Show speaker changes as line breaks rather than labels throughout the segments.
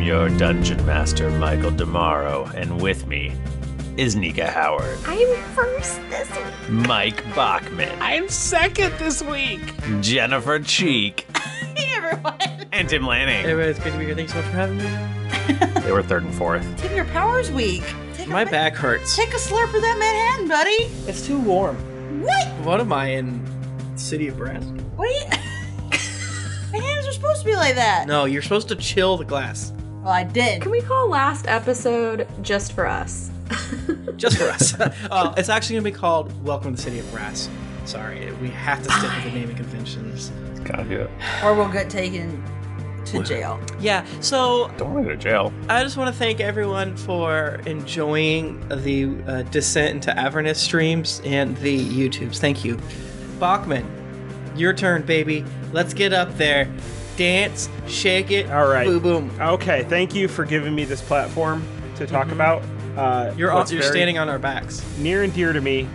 your dungeon master, Michael Damaro, and with me is Nika Howard,
I'm first this week.
Mike Bachman,
I'm second this week.
Jennifer Cheek,
Hey everyone.
and Tim
Hey,
Lanning.
everybody, it's good to be here. Thanks so much for having me.
They were third and fourth.
Tim, your power's weak. Take
My
a,
back hurts.
Take a slurp of that Manhattan, buddy.
It's too warm.
What?
What am I in? City of Brass?
What? Are you... Manhattans are supposed to be like that.
No, you're supposed to chill the glass.
Well, I did.
Can we call last episode just for us?
Just for us. uh, it's actually going to be called Welcome to the City of Brass. Sorry, we have to stick with the naming conventions.
Gotta do it.
Or we'll get taken to jail.
Yeah, so
Don't want to go to jail.
I just want to thank everyone for enjoying the uh, Descent into Avernus streams and the YouTubes. Thank you. Bachman, your turn, baby. Let's get up there. Dance, shake it.
All right.
Boom, boom.
Okay, thank you for giving me this platform to talk about. Uh,
Mm-hmm. You're
what's
you're
very
standing on our backs.
near and dear to me.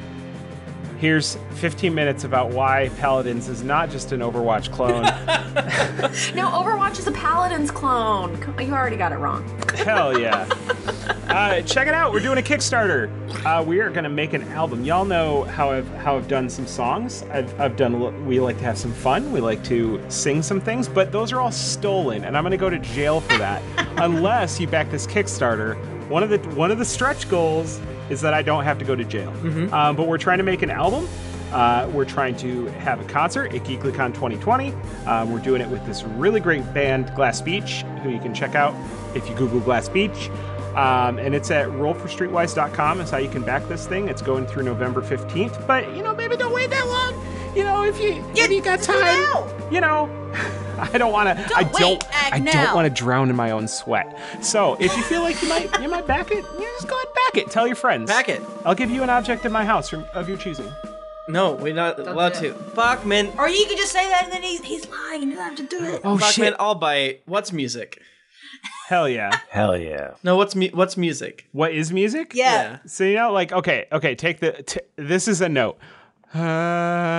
Here's 15 minutes about why Paladins is not just an Overwatch clone.
No, Overwatch is a Paladin's clone. Come- You already got it wrong.
Hell yeah. Uh, check it out. We're doing a Kickstarter. Uh, we are going to make an album. Y'all know how I've, how I've done some songs. I've, I've done. a li- We like to have some fun. We like to sing some things, but those are all stolen, and I'm going to go to jail for that unless you back this Kickstarter. One of the one of the stretch goals is that I don't have to go to jail. Um, but we're trying to make an album. Uh, we're trying to have a concert at GeeklyCon 2020. Um, we're doing it with this really great band, Glass Beach, who you can check out if you Google Glass Beach. Um, and it's at rollforstreetwise.com is how you can back this thing. It's going through November 15th, but you know, maybe don't wait that long. You know, if you if you got
do it
time,
now.
you know, I don't want to. I
wait,
don't.
act
I
now.
don't want to drown in my own sweat. So if you feel like you might, you might back it. You just go ahead, back it. Tell your friends.
Back it.
I'll give you an object in my house from, of your choosing.
No, we're not allowed
do
to. Bachman,
Or you could just say that and then he's, he's lying. You don't have to do it.
Oh
Bachman,
shit!
I'll bite. What's music?
Hell yeah!
Hell yeah.
No, what's mu- what's music?
What is music?
yeah.
So you know, like, okay, okay, take the. T- this is a note. Uh,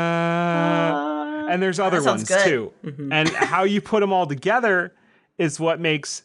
Uh,
and there's other
sounds
ones
good.
too.
Mm-hmm.
And how you put them all together is what makes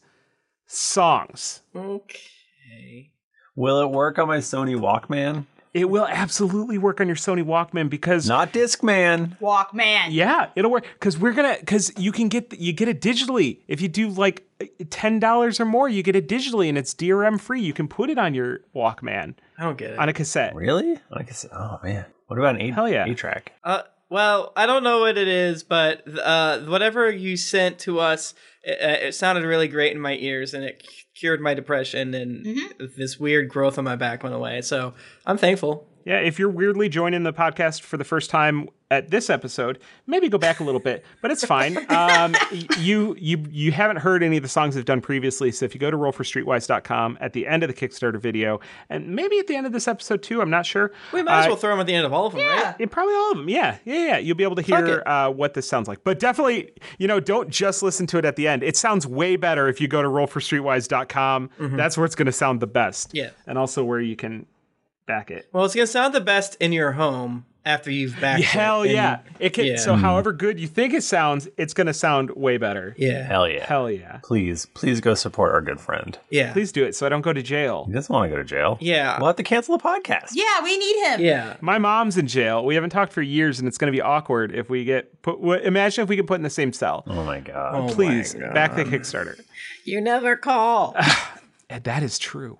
songs.
Okay.
Will it work on my Sony Walkman?
It will absolutely work on your Sony Walkman because
Not Discman.
Walk man.
yeah, it'll work because we're gonna because you can get you get it digitally if you do like ten dollars or more, you get it digitally and it's DRM free. You can put it on your Walkman
I don't get it.
on a cassette.
Really? I guess. Oh man. What about an eight?
Hell yeah.
Eight track.
Uh, well, I don't know what it is, but uh, whatever you sent to us, it, uh, it sounded really great in my ears, and it cured my depression, and
Mm-hmm.
this weird growth on my back went away. So I'm thankful.
Yeah, if you're weirdly joining the podcast for the first time at this episode, maybe go back a little bit, but it's fine. Um, y- you you you haven't heard any of the songs I've done previously, so if you go to rollforstreetwise.com at the end of the Kickstarter video, and maybe at the end of this episode too, I'm not sure.
We might as
uh,
well throw them at the end of all of them, right?
yeah, probably all of them. Yeah, yeah, yeah. You'll be able to hear uh, what this sounds like. But definitely, you know, don't just listen to it at the end. It sounds way better if you go to rollforstreetwise.com.
Mm-hmm.
That's where it's going to sound the best.
Yeah.
And also where you can back it.
Well, it's gonna sound the best in your home after you've backed. it,
Hell
and-
yeah. It can,
yeah.
So,
Mm.
however good you think it sounds, it's going to sound way better.
Yeah.
Hell yeah.
Hell yeah.
Please, please go support our good friend.
Yeah.
Please do it so I don't go to jail.
He doesn't want to go to jail.
Yeah.
We'll have to cancel the podcast.
Yeah, we need him.
Yeah.
My mom's in jail. We haven't talked for years, and it's going to be awkward if we get put. w- Imagine if we get put in the same cell.
Oh my god.
Please back the Kickstarter.
You never call.
And that is true.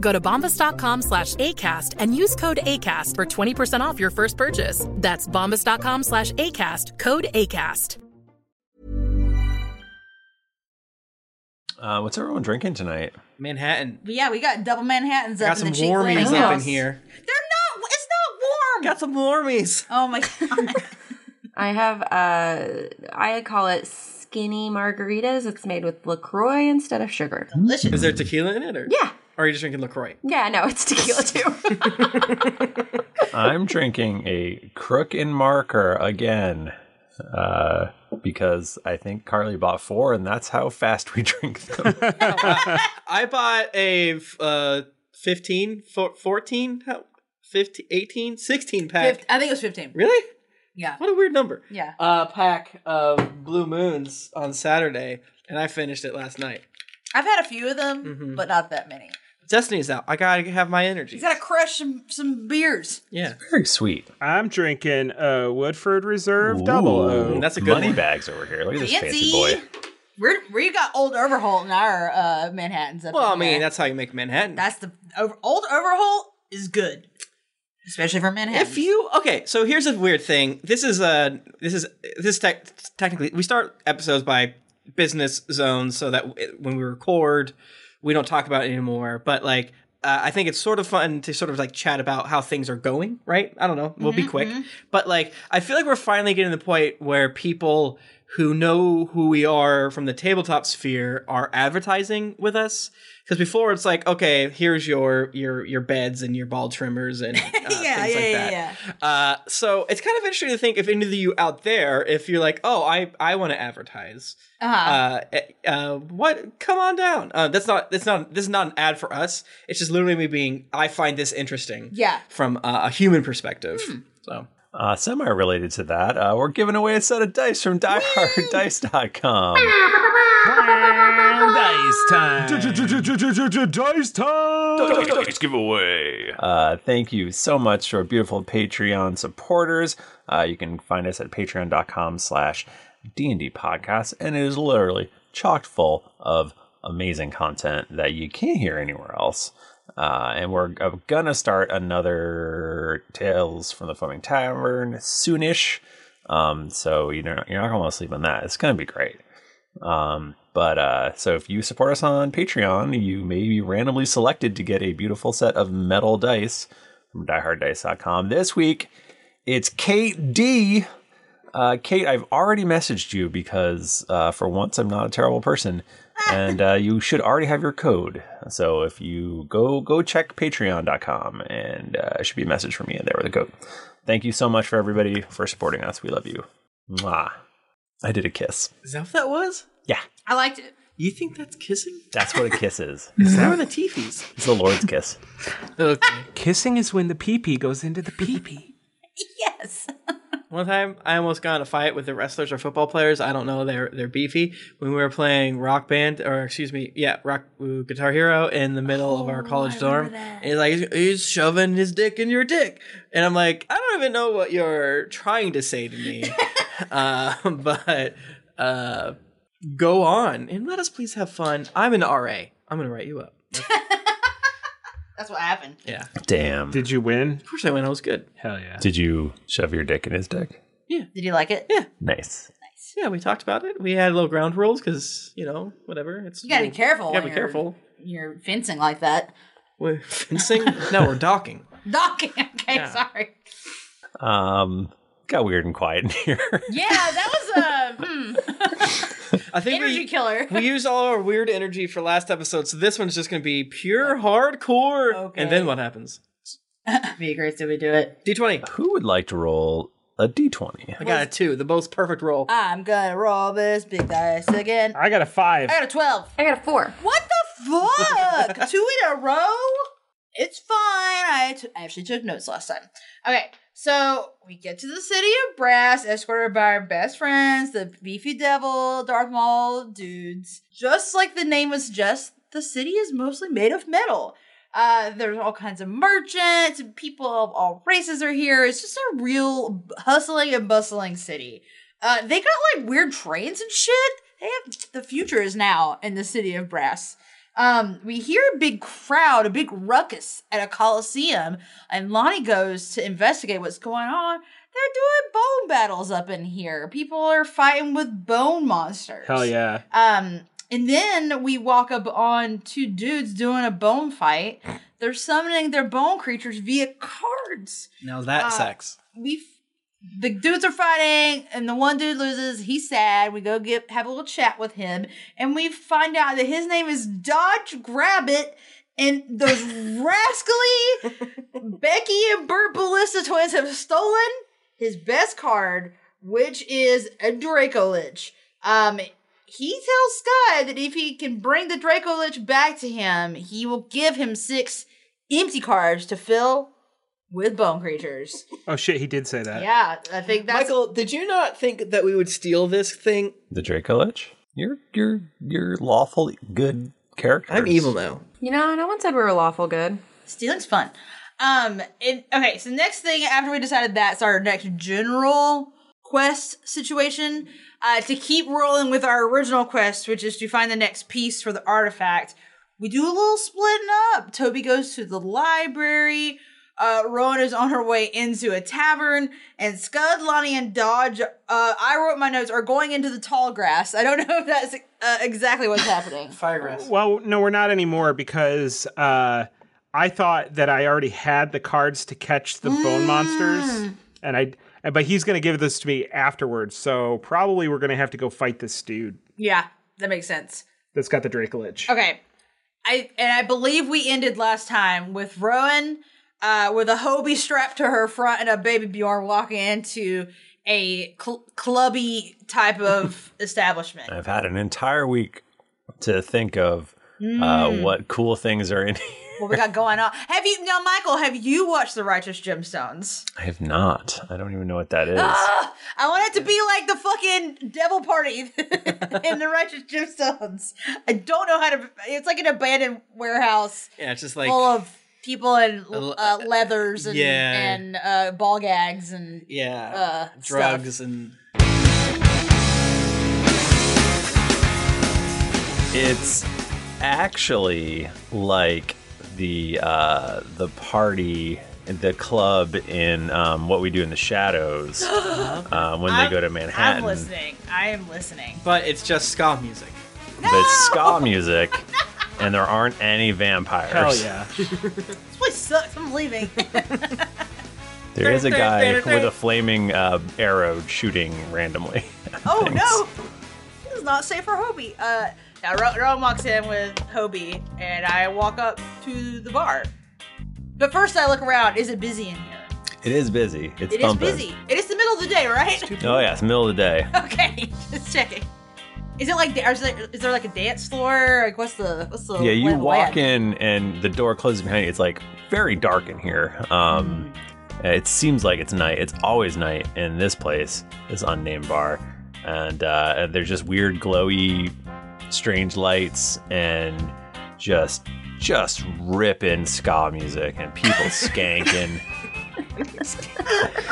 Go to bombas.com slash ACAST and use code ACAST for 20% off your first purchase. That's bombas.com slash ACAST, code ACAST.
Uh, what's everyone drinking tonight?
Manhattan.
But yeah, we got double Manhattans up
Got
in
some
the cheek.
warmies
layer.
up in here.
They're not. It's not warm.
Got some warmies.
oh my god.
I have uh I call it skinny margaritas. It's made with LaCroix instead of sugar.
Is there tequila in it? Or,
Yeah.
Or are you just drinking LaCroix?
Yeah, no, it's tequila too.
I'm drinking a crook and marker again uh, because I think Carly bought four, and that's how fast we drink them.
I bought a f- uh, 15, four- 14, how- 15, 18, 16 pack.
Fif- I think it was 15.
Really?
Yeah.
What a weird number.
Yeah.
A pack of Blue Moons on Saturday, and I finished it last night.
I've had a few of them,
Mm-hmm.
but not that many.
Destiny's out. I gotta have my energy.
He's got to crush some, some beers.
yeah.
Very sweet.
I'm drinking a Woodford Reserve Double
Ooh,
O.
That's a good
money
one.
bags over here. Look at this fancy
Fancy.
boy.
We're, we got old Overholt in our uh, Manhattans. Up
Well, I
in
mean,
there.
that's how you make Manhattan.
that's the over, old Overholt is good, especially for Manhattan.
If you okay, so here's a weird thing. This is a this is this tech technically we start episodes by business zones so that w- when we record, we don't talk about it anymore. But like, uh, I think it's sort of fun to sort of like chat about how things are going. Right? I don't know. We'll
Mm-hmm,
be quick. But like, I feel like we're finally getting to the point where people who know who we are from the tabletop sphere are advertising with us. Because before it's like, okay, here's your your your beds and your ball trimmers and uh, things
yeah,
like
yeah, yeah,
that.
yeah.
Uh, so it's kind of interesting to think if any of you out there, if you're like, oh, I I want to advertise. Uh-huh. Uh, uh, what? Come on down. Uh, that's not. That's not. This is not an ad for us. It's just literally me being. I find this interesting.
Yeah.
From uh, a human perspective.
Hmm.
So
Uh, semi related to that, uh, we're giving away a set of dice from
Um,
dieharddice.com.
Dice time. Dice time.
Dice giveaway. Uh, thank you so much to our beautiful Patreon supporters. Uh, you can find us at patreon.com slash D&D podcast, and it is literally chocked full of amazing content that you can't hear anywhere else. Uh, and we're g- gonna start another Tales from the Foaming Tavern soonish. Um, so you know you're not gonna want to sleep on that. It's gonna be great. Um, but uh, so if you support us on Patreon, you may be randomly selected to get a beautiful set of metal dice from dieharddice.com. This week, it's Kate D. Uh, Kate, I've already messaged you because uh, for once I'm not a terrible person, and uh, you should already have your code. So if you go go check Patreon.com, and uh, it should be a message from me in there with a code. Thank you so much for everybody for supporting us. We love you. Mwah. I did a kiss.
is that what that was?
Yeah,
I liked it.
You think that's kissing?
that's what a kiss is.
Is that where the teepees?
It's the Lord's kiss.
Okay.
Kissing is when the pee pee goes into the pee pee.
Yes.
One time, I almost got in a fight with the wrestlers or football players. I don't know. They're they're beefy. When we were playing Rock Band, or excuse me, yeah, Rock uh, Guitar Hero in the middle of our
Oh,
college dorm, and he's like, he's shoving his dick in your dick, and I'm like, I don't even know what you're trying to say to me, uh, but uh, go on and let us please have fun. I'm an RA. I'm gonna write you up.
That's what happened.
Yeah,
Damn.
Did you win?
of course I went. I was good.
Hell yeah.
Did you shove your dick in his dick?
Did you like it?
Nice.
Yeah, we talked about it. We had little ground rules because you know whatever. It's
You gotta be careful.
Mm-hmm. You
when
gotta be
you're-
careful.
You're fencing like that.
We're fencing? no, we're docking.
Docking. Okay, sorry.
Um, got weird and quiet in here.
Yeah, that was a hmm,
I think
energy
we,
killer.
we used all our weird energy for last episode, so this one's just gonna be pure hardcore.
Okay.
And then what happens?
Be great did we do it?
D twenty.
Who would like to roll a d20?
I got a two, the most perfect roll.
I'm gonna roll this big dice again.
I got a five.
I got a 12.
I got a four.
What the fuck? Two in a row? It's fine. I, t- I actually took notes last time. Okay, so we get to the city of Brass, escorted by our best friends, the beefy devil, Darth Maul dudes. Just like the name would suggest, the city is mostly made of metal. Uh, there's all kinds of merchants and people of all races are here. It's just a real hustling and bustling city. Uh, they got like weird trains and shit. They have the future is now in the city of brass. Um, we hear a big crowd, a big ruckus at a coliseum, and Lonnie goes to investigate what's going on. They're doing bone battles up in here. People are fighting with bone monsters.
Hell yeah.
Um, and then we walk up on two dudes doing a bone fight. They're summoning their bone creatures via cards.
Now that
Uh,
sucks.
We, f- the dudes are fighting, and the one dude loses. He's sad. We go get have a little chat with him, and we find out that his name is Dodge Grabbit. And those rascally Becky and Bert Ballista twins have stolen his best card, which is a Draco Lich. Um, he tells Sky that if he can bring the Draco Lich back to him, he will give him six empty cards to fill with bone creatures.
Oh shit, he did say that.
yeah, I think that's
Michael, did you not think that we would steal this thing?
The Draco Lich? You're you're you're lawful good character.
I'm evil now.
You know, no one said we were lawful good.
stealing's fun. Um, and okay, so next thing after we decided that's our next general quest situation, uh, to keep rolling with our original quest, which is to find the next piece for the artifact. We do a little splitting up. Toby goes to the library. Uh, Rowan is on her way into a tavern, and Scud, Lonnie, and Dodge. Uh, I wrote my notes are going into the tall grass. I don't know if that's uh, exactly what's happening.
Firegrass.
Well, no, we're not anymore because uh, I thought that I already had the cards to catch the bone monsters, and I. But he's going to give this to me afterwards, so probably we're going to have to go fight this dude
yeah, that makes sense.
that's got the Dracolich.
Okay. I and I believe we ended last time with Rowan uh, with a Hobie strapped to her front and a baby Bjorn walking into a cl- clubby type of establishment.
I've had an entire week to think of uh, what cool things are in here.
What we got going on? Have you now, Michael? Have you watched The Righteous Gemstones?
I have not. I don't even know what that is.
Ah! I want it to be like the fucking devil party in The Righteous Gemstones. I don't know how to. It's like an abandoned warehouse
Yeah, it's just like
full of people in
l-
uh, leathers and
yeah.
and uh, ball gags and uh,
yeah, drugs and
It's actually like the uh, the party, the club in um, what we do in the shadows uh, when they go to Manhattan.
I'm listening. I am listening.
but it's just ska music.
But it's ska music, and there aren't any vampires.
Oh,
Hell yeah!
uh,
This place sucks. I'm leaving.
There is a guy with a flaming uh, arrow shooting randomly.
oh no! This is not safe for Hobie. Uh, now Ro- Rowan walks in with Hobie, and I walk up to the bar. But first, I look around. Is it busy in here?
It is busy. It's
It is
thumping.
busy. It is the middle of the day, right?
Oh yeah, it's the middle of the day.
okay, just checking. Is it like da- is there, is there like a dance floor? Like what's the what's the
Yeah,
lay
you
of the
walk in
land?
and the door closes behind you. It's like very dark in here. Um, it seems like it's night. It's always night in this place, this unnamed bar, and uh, there's just weird, glowy, strange lights and just just ripping ska music and people skanking.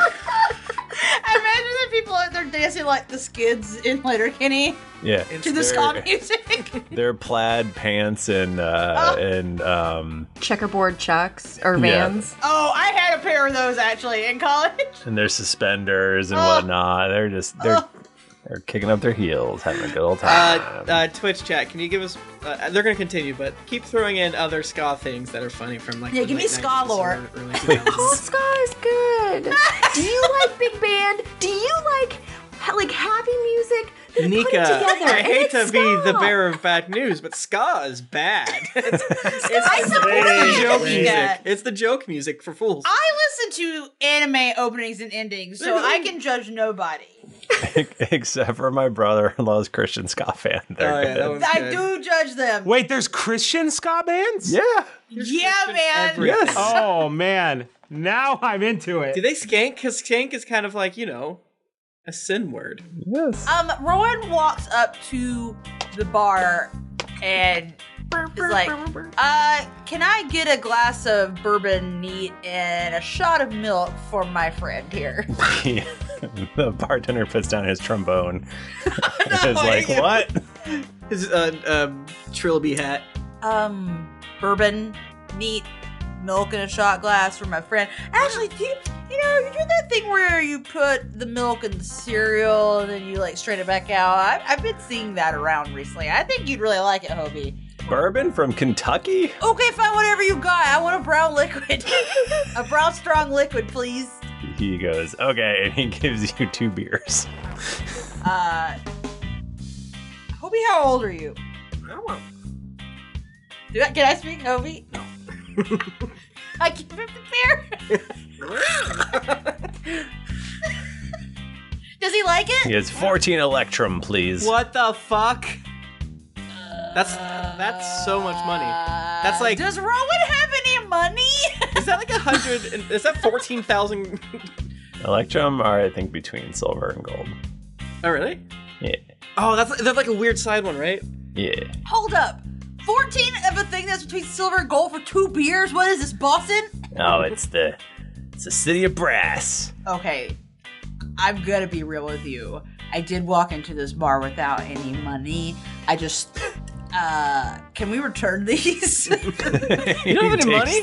I imagine that people out there dancing like the skids in Letterkenny
Yeah,
to the ska music.
their plaid pants and uh, and um,
Checkerboard chucks or
Yeah.
vans.
Oh, I had a pair of those actually in college.
Ah.
and their suspenders and whatnot. They're just they're They're kicking up their heels, having a good old
Uh,
time.
uh, Twitch chat, can you give us? Uh, they're going to continue, but keep throwing in other ska things that are funny from like.
Yeah,
the
give me
late
ska
90s or
lore.
early 2000s.
Oh, ska is good. Do you like big band? Do you like ha- like happy music? Then
Nika,
put it together.
I
and
hate
it's
to be the
ska.
bearer of bad news, but ska is bad. it's
I
the joke
support you.
music.
Nika.
It's the joke music for fools.
I listen to anime openings and endings, so I can judge nobody.
Except for my brother-in-law's Christian ska fan. They're
Oh, yeah, that
good.
one's-
I
good.
do judge them.
Wait, there's Christian ska bands?
yeah.
yeah, man.
everything. Yes.
Oh man, now I'm into it.
Do they skank? Because skank is kind of like you know a sin word.
Yes.
Um, Rowan walks up to the bar and is like, uh, can I get a glass of bourbon neat and a shot of milk for my friend here?
the bartender puts down his trombone. and is like,
yeah.
what?
His uh, um, trilby hat.
um, bourbon neat milk in a shot glass for my friend. Actually, do you, you know, you do that thing where you put the milk in the cereal and then you like strain it back out. I, I've been seeing that around recently. I think you'd really like it, Hobie.
Bourbon from Kentucky?
Okay, fine, whatever you got. I want a brown liquid. a brown strong liquid, please.
He goes, okay, and he gives you two beers.
Uh Hobie, how old are you? Do I, can I speak Hobie? No. I keep it prepared. Does he like it?
He has 14 electrum, please.
What the fuck? That's that's so much money. That's like
Does Rowan have any money?
is that like a hundred? and- Is that fourteen thousand?
Electrum are, I think, between silver and gold.
Oh really?
Yeah.
Oh, that's that's like a weird side one, right?
Yeah.
Hold up. 14 of a thing that's between silver and gold for two beers? What is this, Boston?
Oh, it's the it's the city of brass.
okay, I'm gonna be real with you. I did walk into this bar without any money. I just, uh, can we return these? I,
you
don't have any money?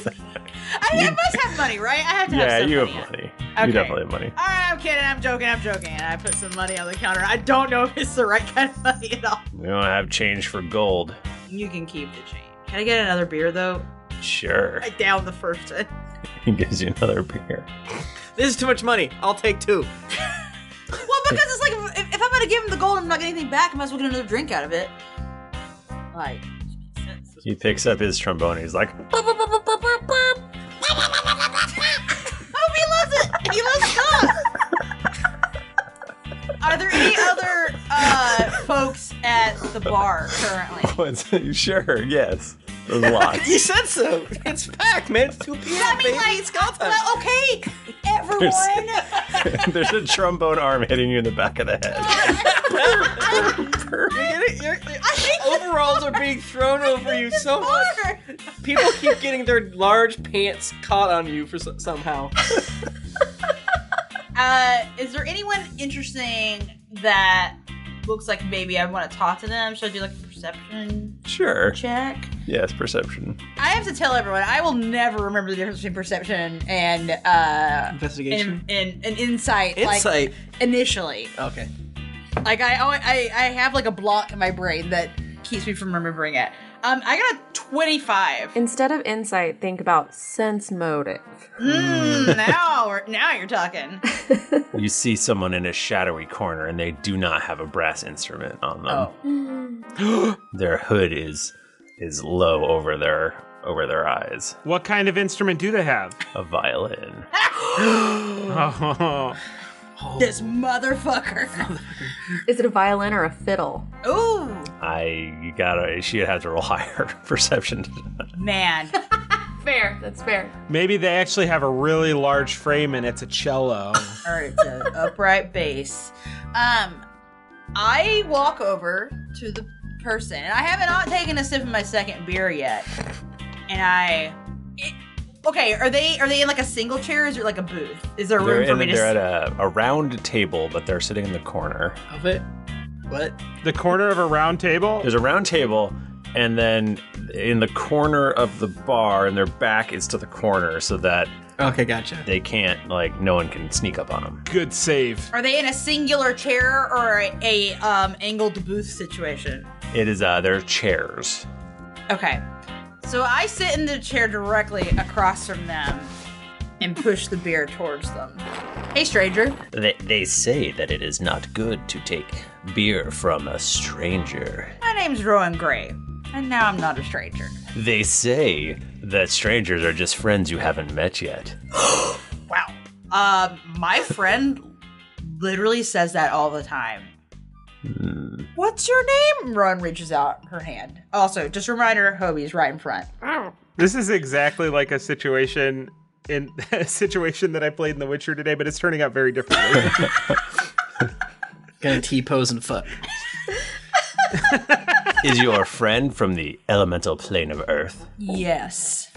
I must have money, right? I have to
yeah,
have some
you have
money.
money.
Okay.
You definitely have money.
All right, I'm kidding. I'm joking. I'm joking. And I put some money on the counter. I don't know if it's the right kind of money at all.
We don't have change for gold.
You can keep the change. Can I get another beer though?
Sure.
I downed the first one.
He gives you another beer.
This is too much money. I'll take two.
Well, because it's like if, if I'm gonna give him the gold, I'm not getting anything back. I might as well get another drink out of it. Like, makes sense.
He picks up his trombone. He's like,
Oh, he loves it. He loves dogs. Are there any other uh, folks at the bar currently?
What's, sure, yes. There's lots.
You said so. It's packed, man. It's two p.m.
I mean,
baby.
like,
it's got time.
Well, okay, everyone.
There's a trombone arm hitting you in the back of the head.
You're getting- you're- you're-
I think
overalls are being thrown over you so much.
Bar.
People keep getting their large pants caught on you for so- somehow.
Uh, is there anyone interesting that looks like maybe I want to talk to them? Should I do like a perception
Sure.
check?
Yes, perception.
I have to tell everyone, I will never remember the difference between perception and uh,
Investigation.
and, and, and insight. Like,
Insight.
initially.
okay.
Like I, oh, I, I have like a block in my brain that keeps me from remembering it. Um, I got a twenty-five.
Instead of insight, think about sense motive.
Mm, now, we're- now you're talking.
You see someone in a shadowy corner and they do not have a brass instrument on them.
Oh.
Their hood is is low over their over their eyes.
What kind of instrument do they have?
A violin.
Oh,
This motherfucker.
Is it a violin or a fiddle?
Ooh,
I you gotta she'd have to roll higher perception.
man.
Fair. That's fair.
maybe they actually have a really large frame and it's a cello.
All right, it's an upright bass. Um, I walk over to the person, and I have not taken a sip of my second beer yet. And I, it, okay, are they are they in like a single chair? Or is there like a booth? Is there
They're,
room for
in,
me to?
they're
sit?
at a, a round table, but they're sitting in the corner.
Of it. What?
the corner of a round table.
There's a round table, and then in the corner of the bar, and their back is to the corner, so that
Okay, gotcha.
They can't like no one can sneak up on them.
Good save.
Are they in a singular chair or a, a um, angled booth situation?
It is uh their chairs.
Okay. So I sit in the chair directly across from them and push the beer towards them. Hey, stranger.
They, they say that it is not good to take beer from a stranger.
My name's Rowan Gray, and now I'm not a stranger.
They say that strangers are just friends you haven't met yet.
Wow. Uh, my friend literally says that all the time. What's your name? Rowan reaches out her hand. Also, just reminder, Hobie's right in front.
This is exactly like a situation in a situation that I played in The Witcher today, but it's turning out very differently.
Gonna T pose and fuck.
is your friend from the elemental plane of Earth?
Yes.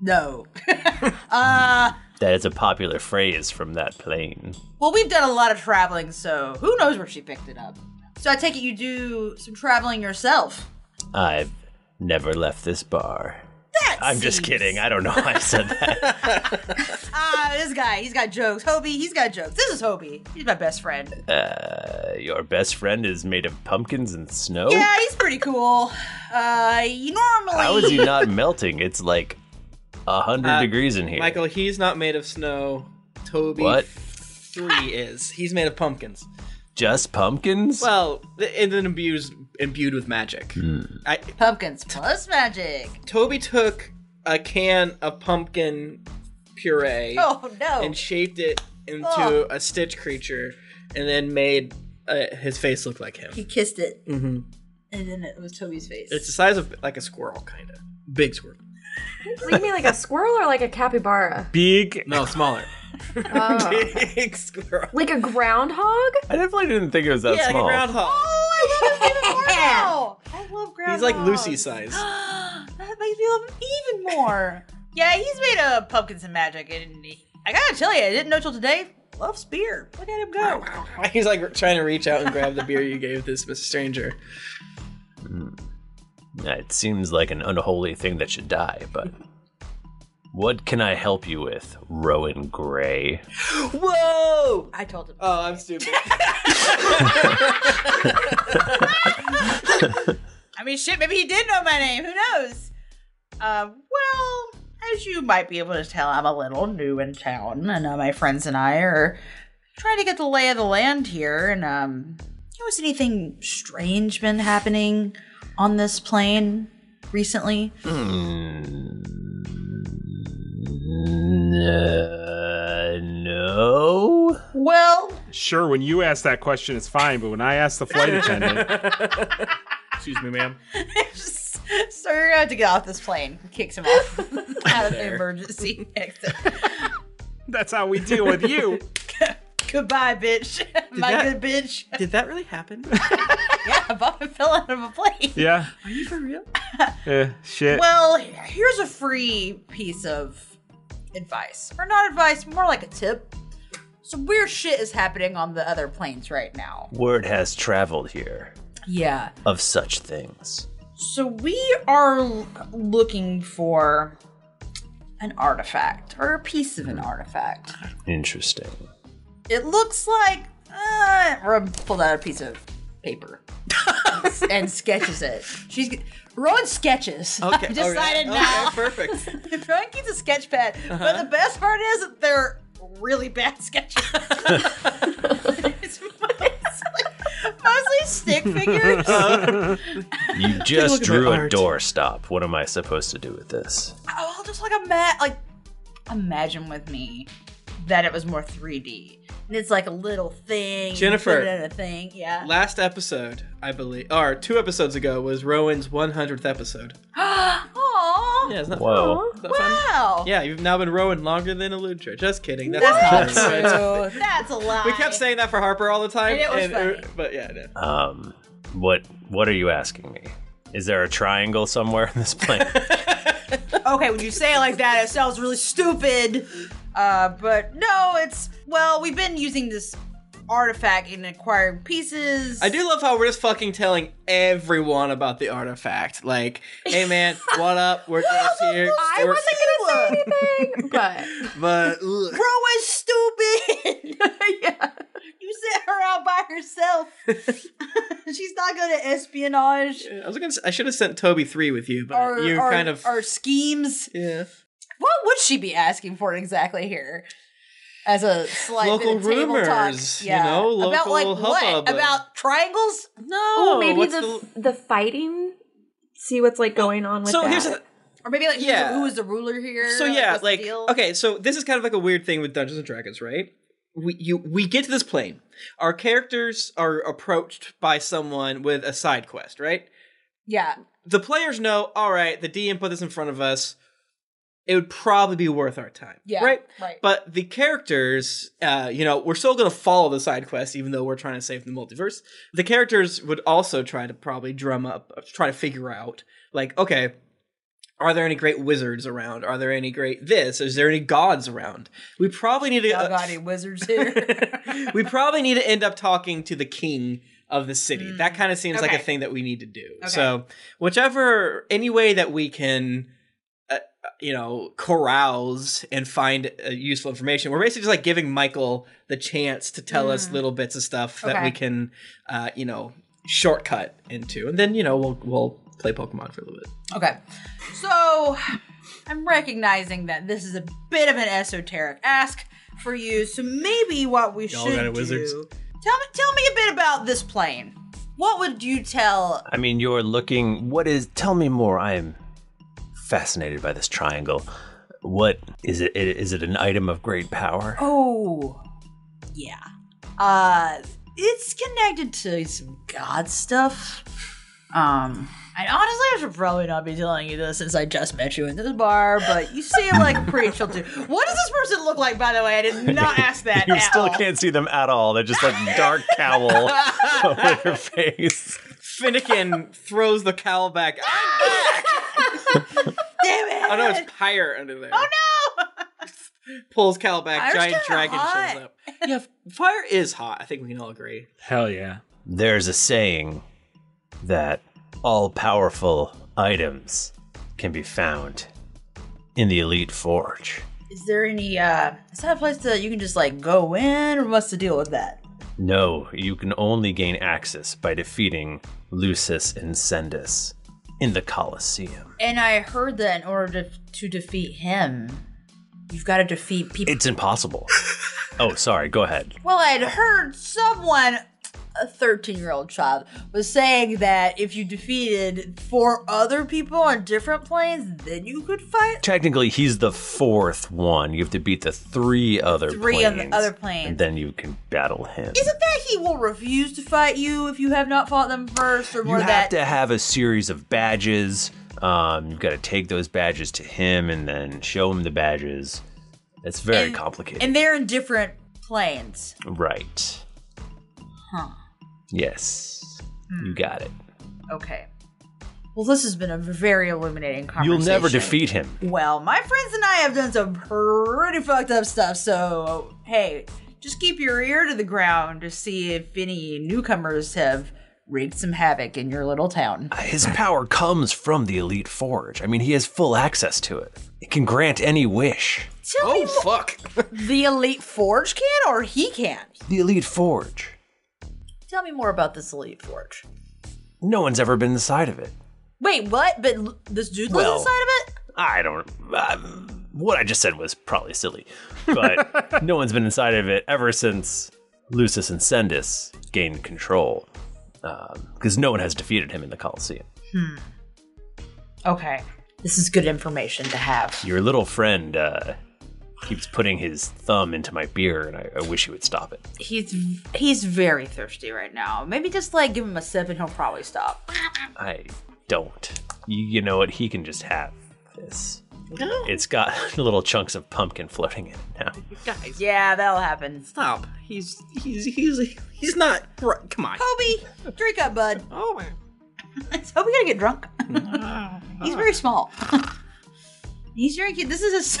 No. uh,
That is a popular phrase from that plane.
well, we've done a lot of traveling, so who knows where she picked it up. So I take it you do some traveling yourself.
I've never left this bar. I'm just kidding. I don't know why I said that.
Ah, this guy, he's got jokes. Hobie, he's got jokes. This is Hobie. He's my best friend.
Uh, your best friend is made of pumpkins and snow?
Yeah, he's pretty cool. Uh, you normally.
How is he not melting? It's like a hundred
Uh,
degrees in here.
Michael, he's not made of snow. Toby
What?
three is. He's made of pumpkins.
Just pumpkins?
Well, th- and then imbues, imbued with magic. I,
Pumpkins plus magic.
Toby took a can of pumpkin puree
Oh, no.
and shaped it into
Oh.
a stitch creature, and then made uh, his face look like him.
he kissed it,
hmm
and then it was Toby's face.
It's the size of like a squirrel, kind of big squirrel.
Like me, like a squirrel or like a capybara?
Big.
No, smaller.
Oh.
big squirrel.
like a groundhog?
I definitely didn't think it was that
yeah,
small.
like a groundhog.
Oh, I love him even more now. I love groundhog.
He's like Lucy size.
that makes me love him even more. yeah, he's made of pumpkins and magic, and he, I gotta tell you, I didn't know till today. Loves beer. Look at him go.
He's like trying to reach out and grab the beer you gave this stranger.
Hmm. It seems like an unholy thing that should die, but. What can I help you with, Rowan Gray?
Whoa!
I told him.
Oh, I'm stupid.
I mean, shit. Maybe he did know my name. Who knows? Uh, well, as you might be able to tell, I'm a little new in town, and uh, my friends and I are trying to get the lay of the land here. And um, you know, has anything strange been happening on this plane recently?
Hmm.
Uh, no?
Well,
Sure, when you ask that question, it's fine, but when I ask the flight attendant,
Excuse me, ma'am.
so you're gonna have to get off this plane. Kicks him off out of the emergency exit.
that's how we deal with you.
Goodbye, bitch. My
that-
good bitch.
Did that really happen?
Yeah, I bought a fell out of a plane.
Yeah.
Are you for real?
Eh, shit.
Well, here's a free piece of advice. Or not advice, more like a tip. Some weird shit is happening on the other planes right now.
Word has traveled here
Yeah.
of such things.
So we are l- looking for an artifact or a piece of an artifact.
Interesting.
It looks like. Uh, Rowan pulled out a piece of paper and sketches it. She's Rowan sketches.
Okay.
I've
all
decided
right.
now.
Okay, perfect. Uh-huh.
Rowan keeps a sketch pad, but the best part is that they're really bad sketches. it's mostly, mostly stick figures.
Uh-huh.
You just
at my
drew a
art.
doorstop. What am I supposed to do with this?
oh, just like a mat, like imagine with me that it was more 3D. And it's like a little thing. you
Jennifer.
put it in a thing, yeah.
Last episode, I believe, or two episodes ago, was Rowan's 100th episode.
Aww.
Yeah, it's not,
Whoa.
it's not fun.
Wow.
Yeah, you've now been Rowan longer than Eludra. Just kidding. That's
That's
not true.
not true. That's a lie.
We kept saying that for Harper all the time. uh, er,
And it was funny.
but yeah, no.
Um, what what are you asking me? Is there a triangle somewhere in this plane?
Okay, when you say it like that, it sounds really stupid. Uh, but no, it's well, we've been using this artifact and acquiring pieces.
I do love how we're just fucking telling everyone about the artifact. Like, hey man, what up? We're just here.
I
We're-
wasn't gonna say anything, but
but ugh.
Bro is stupid. You sent her out by herself. She's not good at espionage
I was gonna. s- I should have sent Toby three with you, but
or,
you
or-
kind of.
or schemes.
yeah.
What would she be asking for exactly here? As a slight
Local
bit of table talk.
rumors, you
yeah.
know,
about like
local
what?
hubbub.
About triangles? No,
oh, maybe
what's
the, the fighting. See what's like going on with
So
that.
here's the,
or maybe like who's-
Yeah.
who is the ruler here?
so yeah,
what's the
like
deal?
okay, so this is kind of like a weird thing with Dungeons and Dragons, right? We you we get to this plane. Our characters are approached by someone with a side quest, right?
yeah,
The players know, all right, the DM put this in front of us. It would probably be worth our time,
yeah,
right?
right.
But the characters, uh, you know, we're still going to follow the side quest, even though we're trying to save the multiverse. The characters would also try to probably drum up, try to figure out, like, okay, are there any great wizards around? Are there any great this? Is there any gods around? We probably need to. uh,
Y'all got any wizards here?
we probably need to end up talking to the king of the city. That kind of seems like a
Mm. Okay.
thing that we need to do. So, whichever any way that we can, uh, uh, you know, carouse and find uh, useful information, we're basically just like giving Michael the chance to tell us little bits of stuff that
Mm. Okay.
we can, uh, you know, shortcut into, and then you know we'll we'll play Pokemon for a little bit.
Okay. So I'm recognizing that this is a bit of an esoteric ask for you. So maybe what we
Y'all
should
got
do.
it, wizards.
Tell me tell me a bit about this plane. What would you tell
I mean, you're looking. What is? Tell me more. I am fascinated by this triangle. What is it? it- Is it an item of great power?
Oh yeah. Uh it's connected to some god stuff. Um and honestly, I should probably not be telling you this since I just met you in this bar, but you seem like a pretty chill dude. What does this person look like, by the way? I did not ask that.
You
at
still
all.
can't see them at all. They're just like dark cowl over their face.
Finnegan throws the cowl back. Ah!
Damn it!
Oh no, it's Pyre under there.
Oh, no!
pulls Cal back.
Fire's
giant
kinda
dragon
hot.
shows up. Yeah, f- fire is hot. I think we can all agree.
Hell yeah.
There's a saying that all powerful items can be found in the elite forge.
Is there any uh is that a place that you can just like go in or what's the deal with that?
No, you can only gain access by defeating Lucis and Sendus in the Colosseum.
And I heard that in order to, to defeat him, you've got to defeat people.
It's impossible. oh, sorry, go ahead.
well, I'd heard someone, a 13 year old child, was saying that if you defeated four other people on different planes, then you could fight.
Technically, he's the fourth one. You have to beat the three other
Three of
planes,
the other planes.
and then you can battle him.
Isn't that he will refuse to fight you if you have not fought them first or
you
more
have
that?
to have a series of badges. Um, you've got to take those badges to him and then show him the badges. It's very
And-
complicated.
and they're in different planes.
right.
Huh.
Yes.
Hmm.
You got it.
Okay. Well, this has been a very illuminating
You'll
conversation.
never defeat him.
Well, my friends and I have done some pretty fucked up stuff, so hey, just keep your ear to the ground to see if any newcomers have wreaked some havoc in your little town.
His power comes from the Elite Forge. I mean, he has full access to it. It can grant any wish.
Tell me
Oh
mo-
fuck!
the Elite Forge can or he can?
The Elite Forge.
Tell me more about this Elite Forge.
No one's ever been inside of it.
Wait, what? But l- this dude lives
Well-
inside of it?
I don't. Um, what I just said was probably silly, but no one's been inside of it ever since Lucis and Sendus gained control, because no one has defeated him in the Colosseum.
Hmm. Okay. This is good information to have.
Your little friend uh, keeps putting his thumb into my beer, and I, I wish you would stop it.
He's he's very thirsty right now. Maybe just like give him a sip and he'll probably stop.
I don't. You, you know what? He can just have this. It's got little chunks of pumpkin floating in it now.
Guys,
Yeah, that'll happen.
stop. He's he's he's he's not. right, Come on.
Kobe, drink up, bud.
Oh man.
Is Kobe gonna get drunk? He's very small. He's drinking. This is his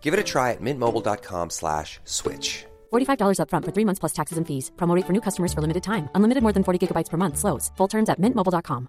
Give it a try at mintmobile.com slash switch.
$45 upfront for three months plus taxes and fees. Promo rate for new customers for limited time. Unlimited more than 40 gigabytes per month. Slows. Full terms at mintmobile.com.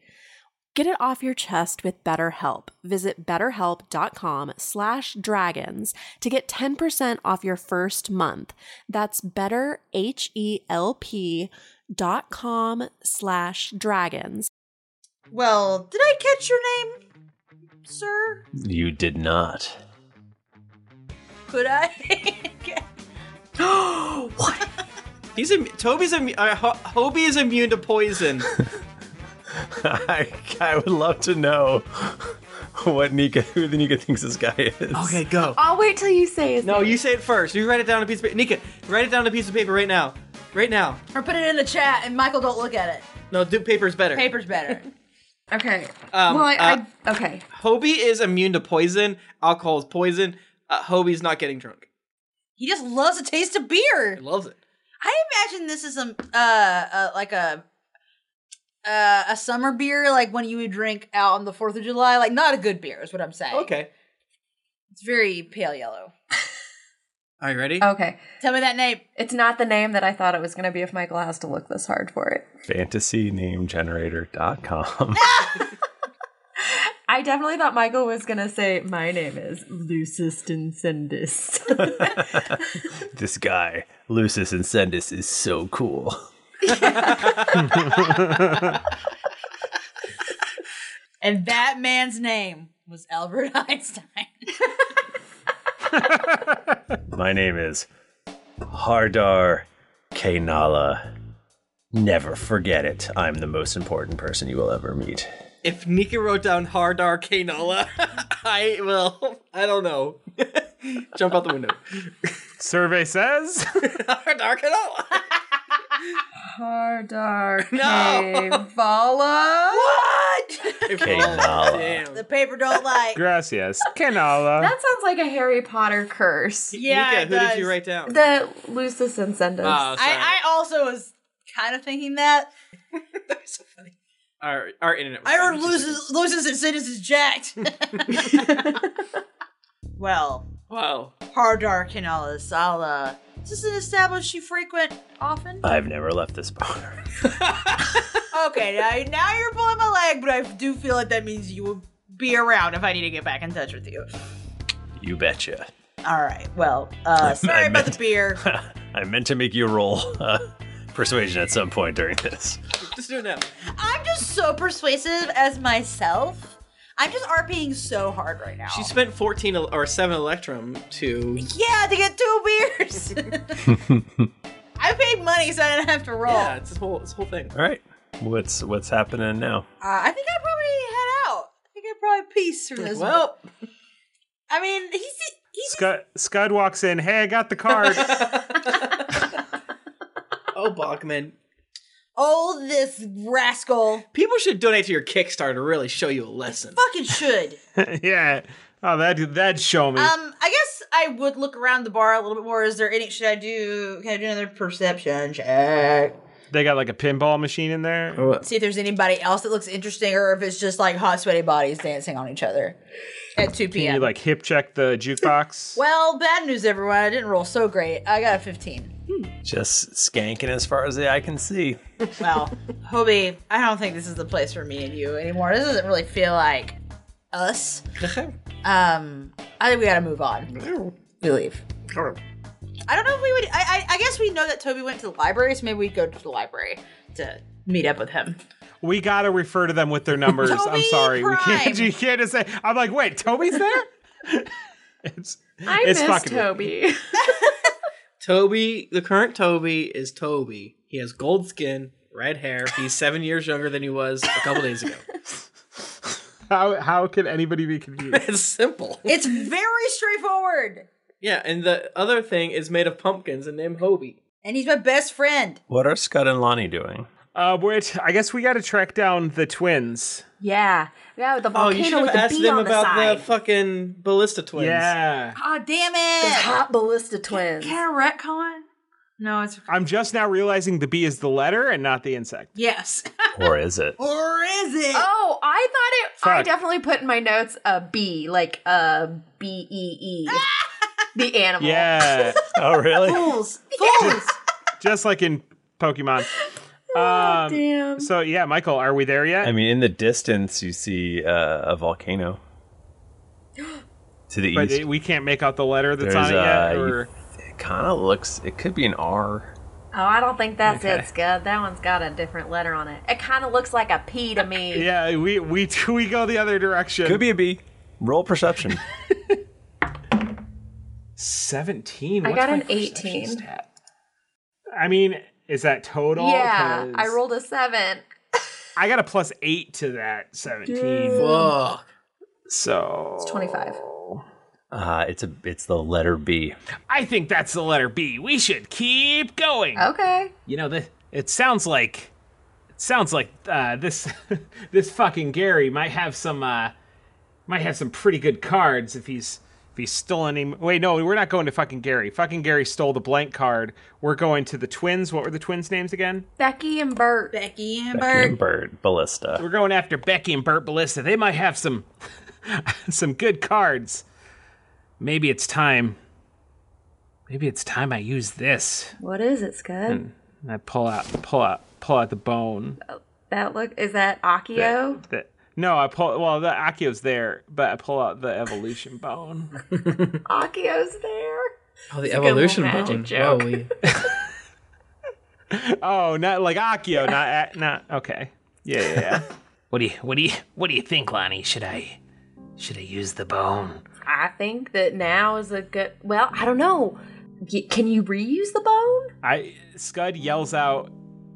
Get it off your chest with BetterHelp. Visit betterhelp.com slash dragons to get 10% off your first month. That's betterhelp.com slash dragons.
well, did I catch your name, sir?
You did not.
Could I?
He's Im- Toby's immune. Uh, Ho- Hobie is immune to poison.
I, I would love to know what Nika, who the Nika thinks this guy is.
Okay, go.
I'll wait till you say it.
No, you say it first. You write it down on a piece of paper. Nika, write it down on a piece of paper right now. Right now.
Or put it in the chat and Michael don't look at it.
No, do paper's better.
Paper's better.
okay.
Um,
well, I,
uh,
I okay.
Hobie is immune to poison. Alcohol is poison. Uh, Hobie's not getting drunk.
He just loves the taste of beer. He
loves it.
I imagine this is some uh, uh like a uh a summer beer, like when you would drink out on the Fourth of July. Like not a good beer is what I'm saying.
Okay.
It's very pale yellow.
Are you ready?
Okay.
Tell me that name.
It's not the name that I thought it was going to be if Michael has to look this hard for it.
Fantasynamegenerator.com.
I definitely thought Michael was going to say, My name is Lucis Incendis.
this guy, Lucis Incendus, is so cool.
And that man's name was Albert Einstein.
My name is Hardar Kainala. Never forget it. I'm the most important person you will ever meet.
If Nikki wrote down Hardar Kanola, I will. I don't know. Jump out the window.
Survey says.
Dark at all.
Hardar.
No.
Vala.
What?
Kanola.
The paper don't like.
Gracias. Canola.
That sounds like a Harry Potter curse.
Yeah, Mika, it who did you does. write
down?
The Lucis Incendus.
Oh,
I, I also was kind of thinking that.
Our, our internet. was
I
down.
heard loses loses and sinners is jacked. well,
wow.
Hardar Kanala Sala. Is this an establishment you frequent often?
I've never left this bar.
okay, now, now you're pulling my leg, but I do feel like that means you will be around if I need to get back in touch with you.
You betcha.
All right. Well, uh, sorry
I
about
meant-
the beer.
I meant to make you roll uh, persuasion at some point during this.
Just do it now.
I'm just so persuasive as myself. I'm just RPing so hard right now.
She spent 14 el- or 7 Electrum to.
yeah, to get two beers. I paid money so I didn't have to roll.
Yeah, it's this whole, this whole thing.
All right. What's what's happening now?
Uh, I think I probably head out. I think I probably peace from this. Well, I mean, he's
Scud, Scud walks in. Hey, I got the card.
Oh, Bachman.
oh this rascal.
People should donate to your Kickstarter to really show you a lesson.
Fucking should.
yeah. Oh, that that show me.
Um, I guess I would look around the bar a little bit more. Is there any? Should I do? Can I do another perception check?
they got like a pinball machine in there.
See if there's anybody else that looks interesting, or if it's just like hot, sweaty bodies dancing on each other at two
Can you
p.m.
like hip check the jukebox?
well, bad news, everyone. I didn't roll so great. I got a fifteen.
Hmm.
Just skanking as far as the eye can see.
Well, Hobie, I don't think this is the place for me and you anymore. This doesn't really feel like us. Um, I think we gotta move on. We leave. I don't know if we would. I, I, I guess we know that Toby went to the library, so maybe we'd go to the library to meet up with him.
We gotta refer to them with their numbers. I'm sorry, we can't. You can't just say. I'm like, wait, Toby's there. it's
I
it's
miss
fucking
Toby.
Toby, the current Toby is Toby. He has gold skin, red hair. He's seven years younger than he was a couple days ago.
How how can anybody be confused?
it's simple.
It's very straightforward,
Yeah, and the other thing is made of pumpkins and named Hobie.
and he's my best friend.
What are Scud and Lonnie doing?
Uh, which I guess we gotta track down the twins.
yeah. Yeah, with the
Oh,
volcano
you should have
with the
asked
bee
them
on the
about
side.
the fucking ballista twins.
Yeah.
Oh, damn it!
Those hot ballista twins.
Can I retcon? No, it's
I'm just now realizing the bee is the letter and not the insect.
yes.
Or is it?
Or is it?
Oh, I thought it. I
Fuck.
definitely put in my notes a B, like a B E E, the animal.
Yeah. oh, really?
Fools. Fools.
Just like in Pokemon. Um,
Oh, damn.
So yeah, Michael, are we there yet?
I mean, in the distance, you see uh, a volcano to the
but
east.
we can't make out the letter that's on it
uh,
yet.
you-
Or
it kind of looks. It could be an R.
Oh, I don't think that's
Okay.
it, Scud. That one's got a different letter on it. It kind of looks like a P to me.
yeah, we we we go the other direction.
Could be a B. Roll perception.
Seventeen.
I
What's
got
my
an
perception
18.
stat? I mean, is that total?
Yeah,
'Cause
I rolled a seven.
I got a plus eight to that seventeen.
Dude. Fuck.
So
It's 25.
Uh, it's a. It's the letter B.
I think that's the letter B. We should keep going.
Okay.
You know, the, it sounds like it sounds like uh, this this fucking Gary might have some uh, might have some pretty good cards if he's if he's stolen him. Wait, no, we're not going to fucking Gary. Fucking Gary stole the blank card. We're going to the twins. What were the twins' names again?
Becky and Bert.
Becky and
Bird. Bird. Ballista.
We're going after Becky and Bert Ballista. They might have some some good cards. Maybe it's time. Maybe it's time I use this.
What is it, Scud?
And I pull out, pull out, pull out the bone.
That look is that Akio?
That- no, I pull. Well, the Akio's there, but I pull out the evolution bone.
Akio's there. It's
Oh, the
a good little
evolution
magic
bone.
joke.
Oh, we-
oh, not like Akio, not a- not. Okay, yeah, yeah. yeah. what do you, what do you, what do you think, Lonnie? Should I, should I use the bone?
I think that now is a good. Well, I don't know. Y- Can you reuse the bone?
I Scud yells out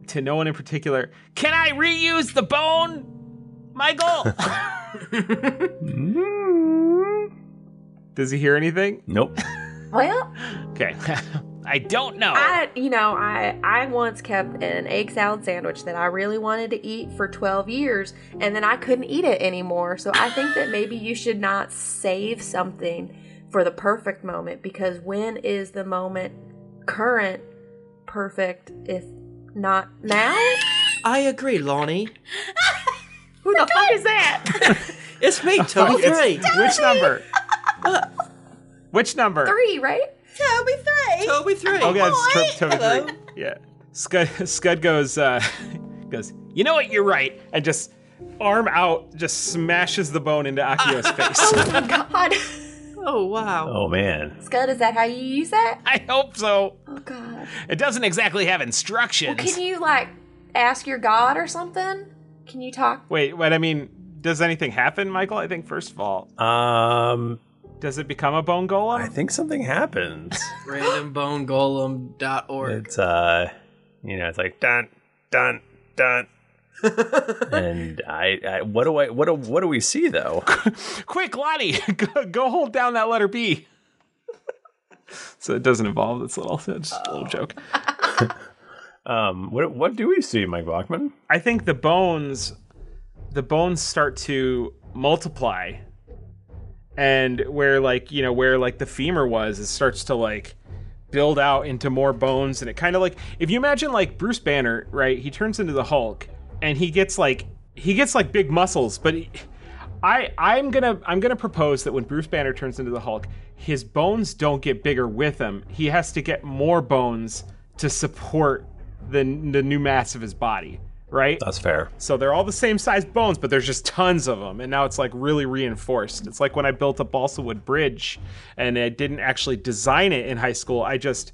to no one in particular. Can I reuse the bone?
Michael!
Mm-hmm. Does he hear anything?
Nope.
Well,
Okay. I don't know.
I you know I I once kept an egg salad sandwich that I really wanted to eat for 12 years, and then I couldn't eat it anymore. So I think that maybe you should not save something for the perfect moment because when is the moment current perfect if not now?
I agree, Lonnie.
Who the fuck is that?
It's me, Toby
It's-
Three.
Which number? Which number?
Three, right?
Toby three.
Toby three.
Oh, yeah, it's Toby, Toby three. Yeah. Scud, Scud goes, uh, goes, you know what? You're right. And just arm out, just smashes the bone into Akio's face.
Oh God.
Oh wow.
Oh, man.
Scud, is that how you use that?
I hope so.
Oh God.
It doesn't exactly have instructions.
Can you like ask your God or something? Can you talk?
Wait, what? I mean, does anything happen, Michael? I think, first of all,
Um,
does it become a bone golem?
I think something happens.
randombonegolem.org.
It's uh, you know, it's like dun dun dun. and I, I, what do I, what do, what do we see though?
Quick, Lottie, go, go hold down that letter B. so it doesn't involve this little, it's just a
Oh,
little joke.
um, what, what do we see, Mike Bachman?
I think the bones, the bones start to multiply, and where like you know where like the femur was, it starts to like build out into more bones, and it kind of like if you imagine like Bruce Banner, right? He turns into the Hulk, and he gets like he gets like big muscles, but. He, I, I'm gonna I'm gonna propose that when Bruce Banner turns into the Hulk, his bones don't get bigger with him. He has to get more bones to support the the new mass of his body, right?
That's fair.
So they're all the same size bones, but there's just tons of them, and now it's like really reinforced. It's like when I built a balsa wood bridge, and I didn't actually design it in high school. I just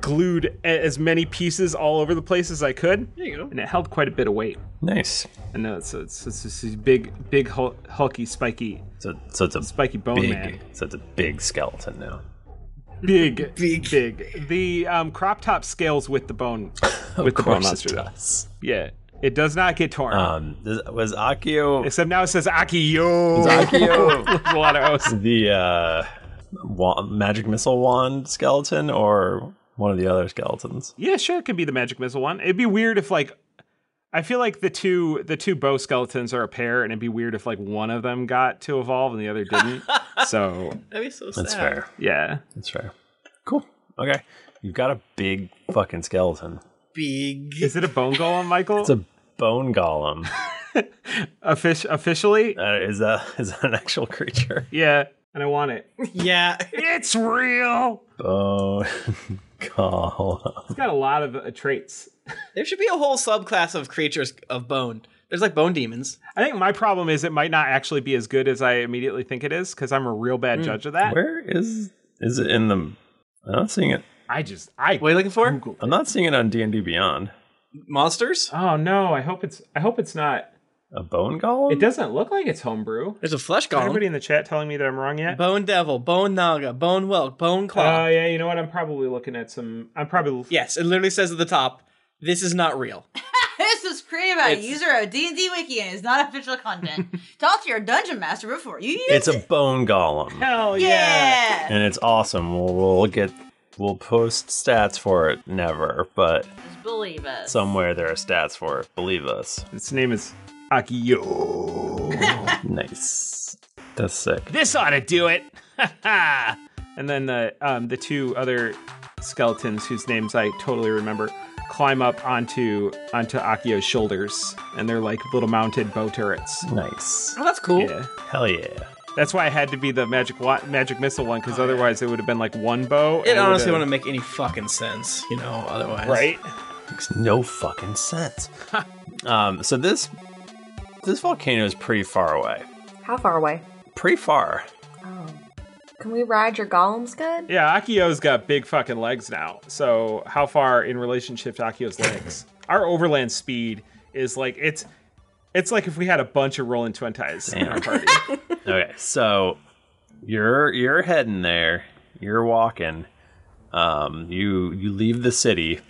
glued a- as many pieces all over the place as I could. There you go. And it held quite a bit of weight.
Nice.
I know it's it's it's, it's these big big hul- hulky spiky.
So so it's a
spiky bone
big,
man.
So it's a big skeleton now.
Big, big, big. The um, crop top scales with the bone, with the bone
course it
monster. though. Yeah, it does not get torn.
Um, this- was Akio
Except now it says Akio. Akio. a lot of O's.
the uh, wa- magic missile wand skeleton or one of the other skeletons?
Yeah, sure, it could be the magic missile one. It'd be weird if like, I feel like the two the two bow skeletons are a pair, and it'd be weird if like one of them got to evolve and the other didn't. so
That'd be so
That's fair.
Yeah,
that's fair. Cool. Okay, you've got a big fucking skeleton.
Big.
Is it a bone golem, Michael?
It's a bone golem.
Offic- officially,
uh, is that is that an actual creature?
yeah, and I want it.
Yeah.
Uh, It's real.
Bone golem.
It's got a lot of uh, traits.
There should be a whole subclass of creatures of bone. There's like bone demons.
I think my problem is it might not actually be as good as I immediately think it is because I'm a real
Hmm.
bad judge of that.
Where is is it in the? I'm not seeing it.
I just I
What are you looking for?
I'm not seeing it on D and D Beyond.
Monsters?
oh no I hope it's I hope it's not.
A bone golem.
It doesn't look like it's homebrew.
There's a flesh
Is
golem.
everybody in the chat telling me that I'm wrong yet?
Bone devil, bone naga, bone whelk, bone
Oh
claw.
yeah, you know what? I'm probably looking at some. I'm probably
yes, it literally says at the top, this is not real.
This was created by a user of D&D Wiki and is not official content. Talk to your dungeon master before you use
It's
it.
a bone golem,
hell
yeah.
and it's awesome. We'll, we'll get we'll post stats for it. Never, but
Just believe us.
somewhere there are stats for it. Believe us.
Its name is Akio.
Nice. That's sick.
this ought to do it. and then the um, the two other skeletons whose names I totally remember climb up onto onto Akio's shoulders, and they're like little mounted bow turrets.
Nice.
Oh, that's cool.
Yeah,
Hell yeah.
that's why I had to be the magic wa- magic missile one, because otherwise it would have been like one bow.
It
and
honestly
would've-
wouldn't make any fucking sense, you know, otherwise.
right.
Makes no fucking sense. um, so this this volcano is pretty far away.
How far away?
Pretty far.
Can we ride your golem, Scud?
Yeah, Akio's got big fucking legs now. So how far in relationship to Akio's legs? Our overland speed is like it's it's like if we had a bunch of rolling twenties in our party.
Okay, so you're you're heading there. You're walking. Um, you you leave the city,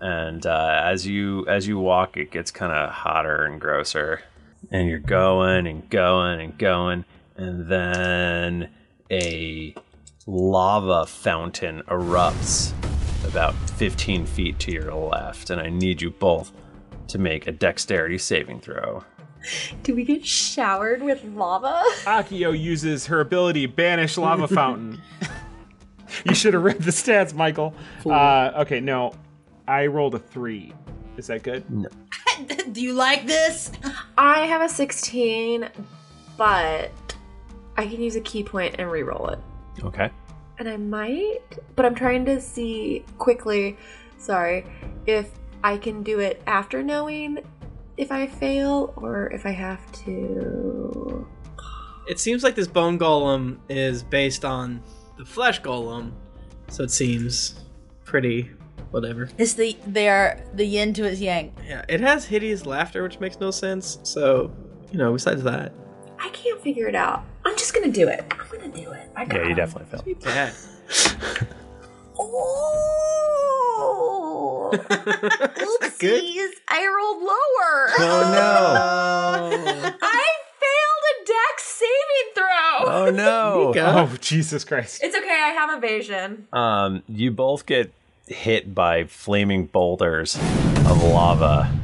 and uh, as you as you walk, it gets kind of hotter and grosser. and you're going and going and going, and then a lava fountain erupts about 15 feet to your left, and I need you both to make a dexterity saving throw.
Do we get showered with lava?
Akio uses her ability Banish Lava Fountain. you should have read the stats, Michael. Uh, okay, no. I rolled a three. Is that good?
No.
Do you like this? I have a 16, but I can use a key point and reroll it.
Okay.
And I might, but I'm trying to see quickly, sorry, if I can do it after knowing if I fail or if I have to.
It seems like this bone golem is based on the flesh golem, so it seems pretty whatever.
It's the they are the yin to its yang.
Yeah, it has hideous laughter, which makes no sense. So, you know, besides that,
I can't figure it out. I'm just gonna do it. I'm gonna do it. I got
Yeah, you
it.
definitely failed.
yeah.
Oh! Oopsies! I rolled lower.
Oh
I failed a Dex saving throw.
Oh no!
Oh Jesus Christ!
It's okay. I have evasion.
Um, you both get hit by flaming boulders of lava,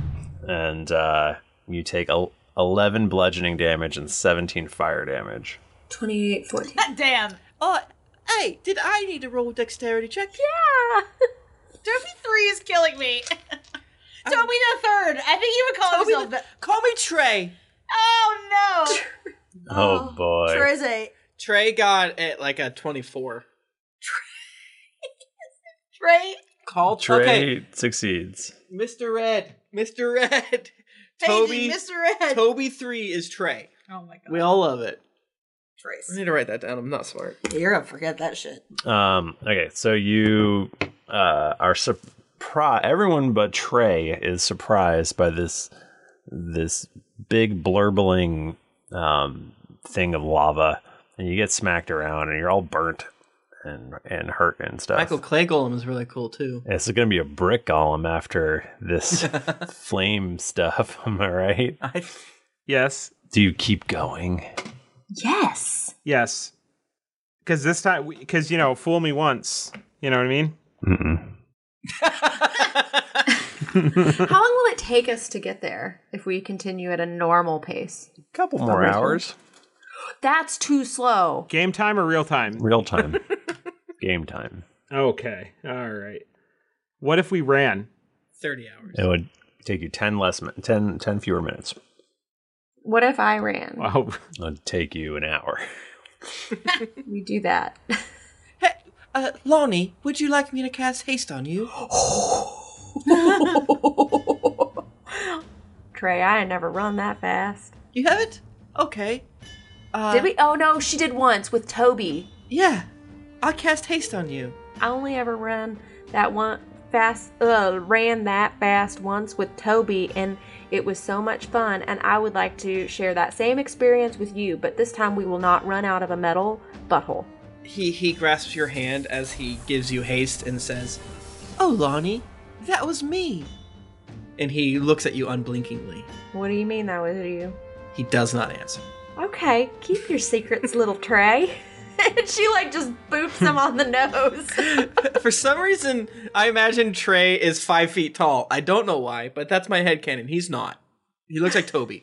and uh, you take el- 11 bludgeoning damage and 17 fire damage.
28, 14.
Damn.
Oh, hey, did I need to roll dexterity check?
Yeah.
Toby three is killing me. Toby the third. I think you would call
Toby
yourself.
the- Call me Trey.
Oh no.
Oh, boy.
Trey's a
Trey got at like a 24.
Trey.
Call
Trey
Okay,
succeeds.
Mr. Red. Mr. Red.
Toby.
Toby.
Mr. Ed.
Toby 3 is Trey.
Oh my god.
We all love it.
Trace.
I need to write that down. I'm not smart.
You're gonna forget that shit.
Um, okay, so you uh, are surprised. Everyone but Trey is surprised by this this big blurbling um, thing of lava, and you get smacked around, and you're all burnt and and hurt and stuff.
Michael Clay Golem is really cool too.
It's going to be a brick golem after this flame stuff. Am I right?
yes.
Do you keep going?
Yes.
Yes. Because this time, because you know, fool me once. You know what I mean?
How long will it take us to get there if we continue at a normal pace?
Couple More hours.
That's too slow.
Game time or real time?
Real time. Game time.
Okay. All right. What if we ran?
30 hours.
It would take you ten less, mi- 10, 10 fewer minutes.
What if I ran?
Wow. It'd take you an hour.
We do that.
Uh, Lonnie, would you like me to cast haste on you?
Trey, I had never run that fast.
You haven't? Okay. Uh,
did we? Oh no, she did once with Toby.
Yeah. I'll cast haste on you.
I only ever ran that one fast. Uh, ran that fast once with Toby, and it was so much fun. And I would like to share that same experience with you, but this time we will not run out of a metal butthole.
He he grasps your hand as he gives you haste and says, "Oh, Lonnie, that was me." And he looks at you unblinkingly.
What do you mean that was you?
He does not answer.
Okay, keep your secrets, little Trey. and she like just boops him on the nose.
For some reason, I imagine Trey is five feet tall. I don't know why, but that's my headcanon. He's not. He looks like Toby.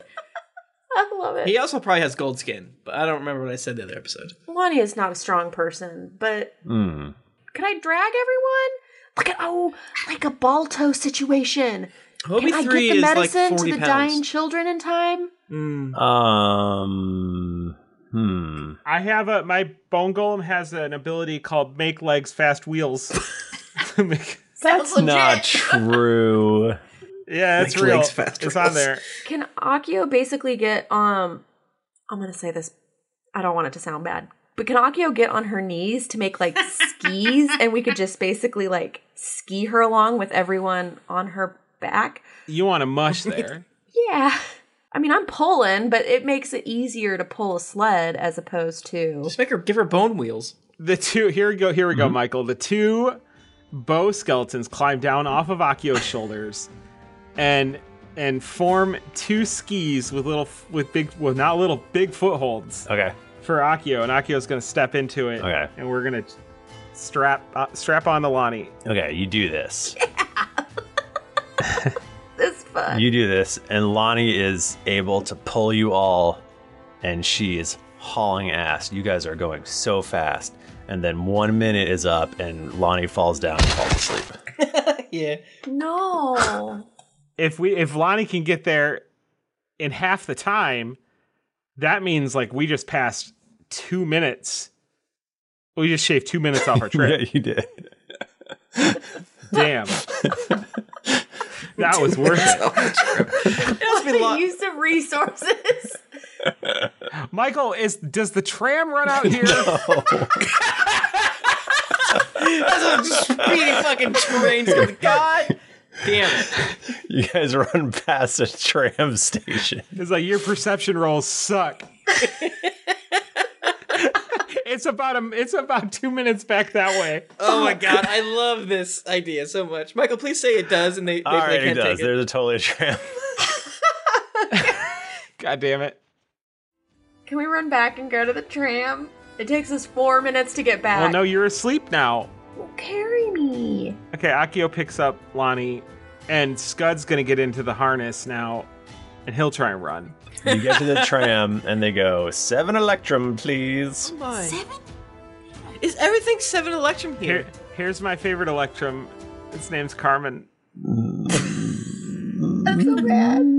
I love it.
he also probably has gold skin, but I don't remember what I said the other episode.
Lonnie is not a strong person, but
Hmm.
can I drag everyone? Look at oh, like a Balto situation.
Obi
can I
three
get the
is like
medicine
40
to the
pounds.
dying children in time?
Hmm.
Um. Hmm.
I have a my bone golem has an ability called make legs fast wheels.
That's not true.
yeah, it's
Make
real.
legs fast
it's
wheels.
on there.
Can Akio basically get um I'm gonna say this I don't want it to sound bad. But can Akio get on her knees to make like skis and we could just basically like ski her along with everyone on her back?
You want a mush there?
Yeah. I mean I'm pulling, but it makes it easier to pull a sled as opposed to
Just make her give her bone wheels.
the two here we go here we go
Mm-hmm.
michael the two bow skeletons climb down off of akio's shoulders and and form two skis with little with big well not little big footholds.
Okay.
For Akio, and Akio's gonna step into it.
Okay.
And we're gonna strap uh, strap on to Lonnie.
Okay, you do this.
This fun.
You do this, and Lonnie is able to pull you all, and she is hauling ass. You guys are going so fast. And then one minute is up, and Lonnie falls down and falls asleep.
yeah.
No.
if we if Lonnie can get there in half the time, that means like we just passed two minutes. We just shaved two minutes off our trip.
yeah, you did.
Damn. that was worth it.
What a use of resources.
Michael, is does the tram run out here?
That's a speedy fucking train's gonna God damn it.
You guys run past a tram station.
It's like your perception rolls suck. it's about a, it's about two minutes back that way.
Oh my god, I love this idea so much. Michael, please say it does and they, they,
All right,
they
it
can't
does.
take it.
There's a totally a tram.
God damn it.
Can we run back and go to the tram? It takes us four minutes to get back. E.
Well, no, you're asleep now.
Carry me.
Okay, Akio picks up Lonnie, and Scud's gonna get into the harness now, and he'll try and run.
You get to the tram, and they go, Seven Electrum, please.
Seven? Is everything seven electrum here?
Here, here's my favorite Electrum. Its name's Carmen.
I'm so bad.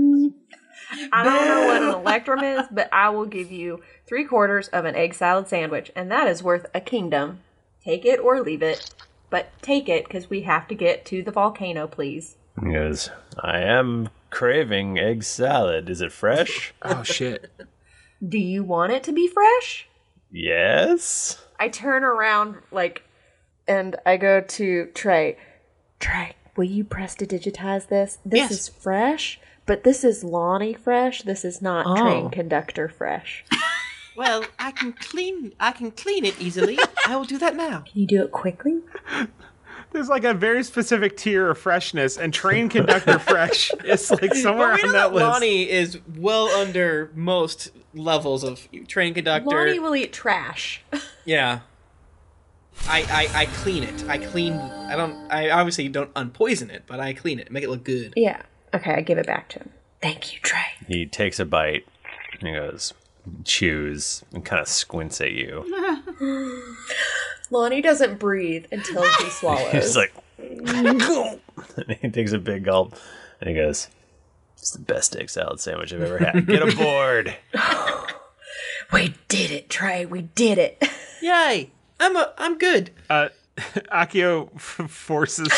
I don't know what an electrum is, but I will give you three quarters of an egg salad sandwich, and that is worth a kingdom. Take it or leave it, but take it because we have to get to the volcano, please.
He goes, I am craving egg salad. Is it fresh?
Oh, shit.
Do you want it to be fresh?
Yes?
I turn around, like, and I go to Trey. Trey, will you press to digitize this? This is fresh, but this is Lonnie fresh. This is not
Oh.
train conductor fresh.
Well, I can clean I can clean it easily. I will do that now.
Can you do it quickly?
There's like a very specific tier of freshness, and train conductor fresh is like somewhere
But we
on
know
that list.
Lonnie is well under most levels of train conductor.
Lonnie will eat trash.
Yeah. I, I I clean it. I clean. I don't. I obviously don't unpoison it, but I clean it. Make it look good.
Yeah. Okay, I give it back to him. Thank you, Trey.
He takes a bite and he goes, chews and kind of squints at you.
Lonnie doesn't breathe until she
He's
swallows.
like, and he takes a big gulp and he goes, It's the best egg salad sandwich I've ever had. Get aboard.
we did it, Trey. We did it.
Yay! I'm a. I'm good.
Uh, Akio f- forces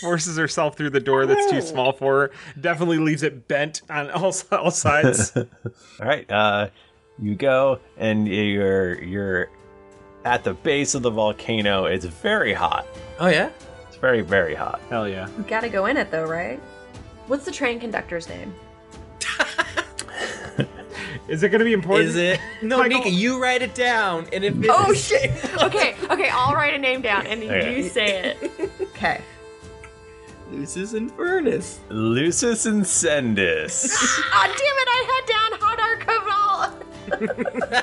forces herself through the door that's
Oh.
too small for her. Definitely leaves it bent on all, all sides.
All right, uh, you go and you're you're at the base of the volcano. It's very hot.
Oh yeah,
it's very very hot.
Hell yeah.
You gotta go in it though, right? What's the train conductor's name?
Is it going to be important?
Is it? No, Nika, you write it down, and if
Oh shit! okay, okay, I'll write a name down and
Okay.
you say it. Okay.
Lucis Infernus.
Lucis incendus.
Ah, damn it! I had down Hadar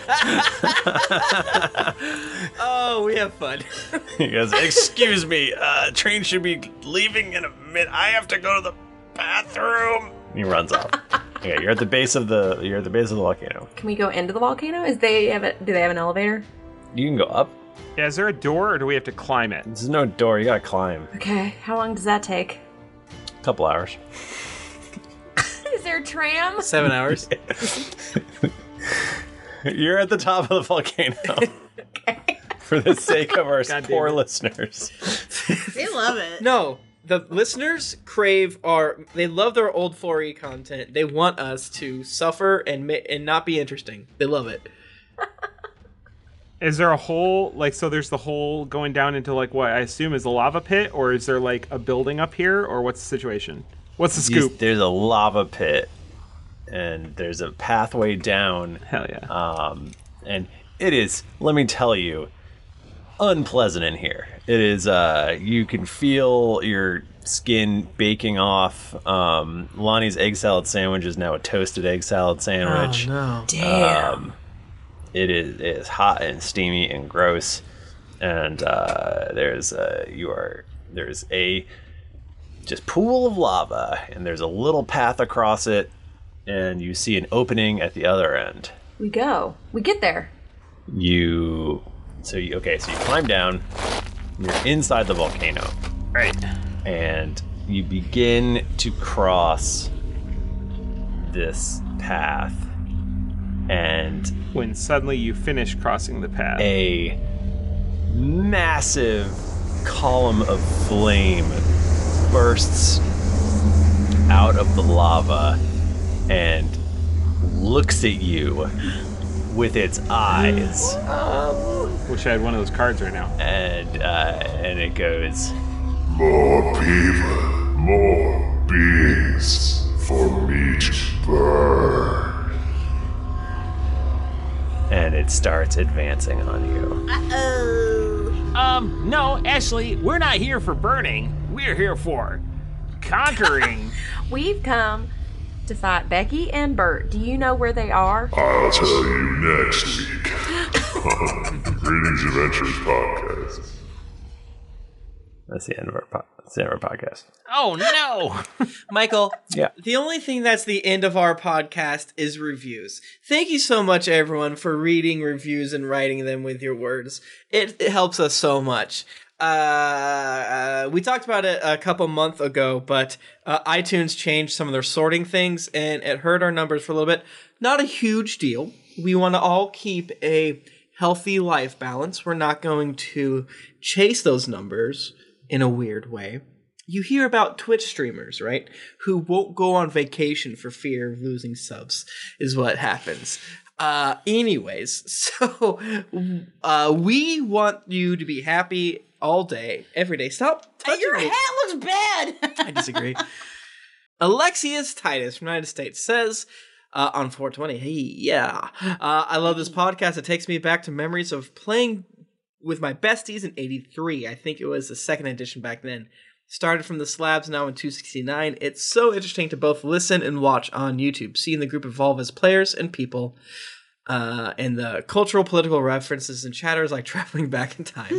Kaval.
oh, we have fun.
he goes, "Excuse me, uh, train should be leaving in a minute. I have to go to the bathroom." He runs off. okay, you're at the base of the you're at the base of the volcano.
Can we go into the volcano? Is they have a, do they have an elevator?
You can go up.
Yeah, is there a door or do we have to climb it?
There's no door. You gotta climb.
Okay. How long does that take?
A couple hours.
Is there a tram?
Seven hours.
You're at the top of the volcano. For the sake of our poor listeners.
They love it.
No, the listeners crave our. They love their old 4E content. They want us to suffer and ma- and not be interesting. They love it.
Is there a hole? Like, so there's the hole going down into like what I assume is a lava pit, or is there like a building up here, or what's the situation? What's the
You-
scoop?
there's a lava pit, and there's a pathway down.
Hell yeah!
Um, and it is. Let me tell you, unpleasant in here. It is. Uh, you can feel your skin baking off. Um, Lonnie's egg salad sandwich is now a toasted egg salad sandwich.
Oh, no.
Damn. Um, it is it is hot and steamy and gross, and uh, there's uh, you are there's a just pool of lava, and there's a little path across it, and you see an opening at the other end.
We go. We get there.
You so you okay? So you climb down. You're inside the volcano.
Right.
and you begin to cross this path and
when suddenly you finish crossing the path
a massive column of flame bursts out of the lava and looks at you with its eyes
wish i had one of those cards right now
and uh, and it goes
More people, more beings for me to burn.
and it starts advancing on you
Uh-oh. Um, no, Ashley, we're not here for burning. We're here for conquering.
We've come to fight Becky and Bert. Do you know where they are?
I'll tell you next week on Greetings Adventures Podcast.
that's the end of our po- that's the end of our podcast
Oh no,
Michael.
Yeah.
The only thing that's the end of our podcast is reviews. Thank you so much, everyone, for reading reviews and writing them with your words. It, it helps us so much. Uh, uh, we talked about it a couple months ago, but uh, iTunes changed some of their sorting things, and it hurt our numbers for a little bit. Not a huge deal. We want to all keep a healthy life balance. We're not going to chase those numbers in a weird way. You hear about Twitch streamers, right? Who won't go on vacation for fear of losing subs, is what happens. Uh, anyways, so uh, we want you to be happy all day, every day. Stop touching
Your
me.
hat looks bad.
I disagree. Alexius Titus from the United States says uh, on 420, hey, yeah, uh, I love this podcast. It takes me back to memories of playing with my besties in 83. I think it was the second edition back then. Started from the slabs, now in 269. It's so interesting to both listen and watch on YouTube, seeing the group evolve as players and people. Uh, and the cultural, political references and chatter is like traveling back in time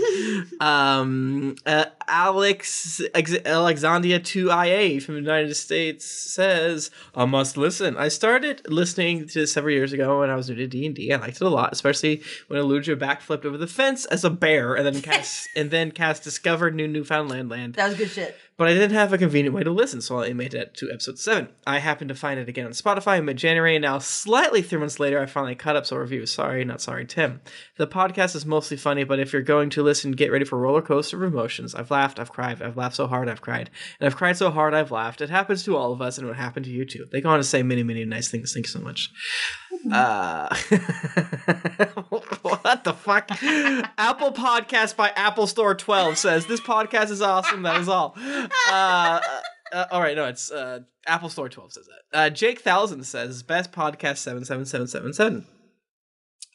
um, uh, Alex Ex- Alexandria 2IA from the United States says, I must listen. I started listening to this several years ago when I was new to D&D. I liked it a lot, especially when Illugia backflipped over the fence as a bear and then cast, and then cast Discover New Newfoundland Land
That was good shit.
but I didn't have a convenient way to listen, so I made it to episode 7. I happened to find it again on Spotify in mid January, and now, slightly three months later, I finally caught up, so review. Sorry, not sorry, Tim. The podcast is mostly funny, but if you're going to listen, get ready for a roller coaster of emotions. I've laughed, I've cried, I've laughed so hard, I've cried, and I've cried so hard, I've laughed. It happens to all of us, and it happened to you too. They go on to say many, many nice things. Thanks so much. Uh, what the fuck? Apple Podcast by Apple Store 12 says, This podcast is awesome. That is all. Uh, uh, uh, all right, no, it's uh, Apple Store 12 says that. Uh, Jake Thousand says, Best podcast 77777.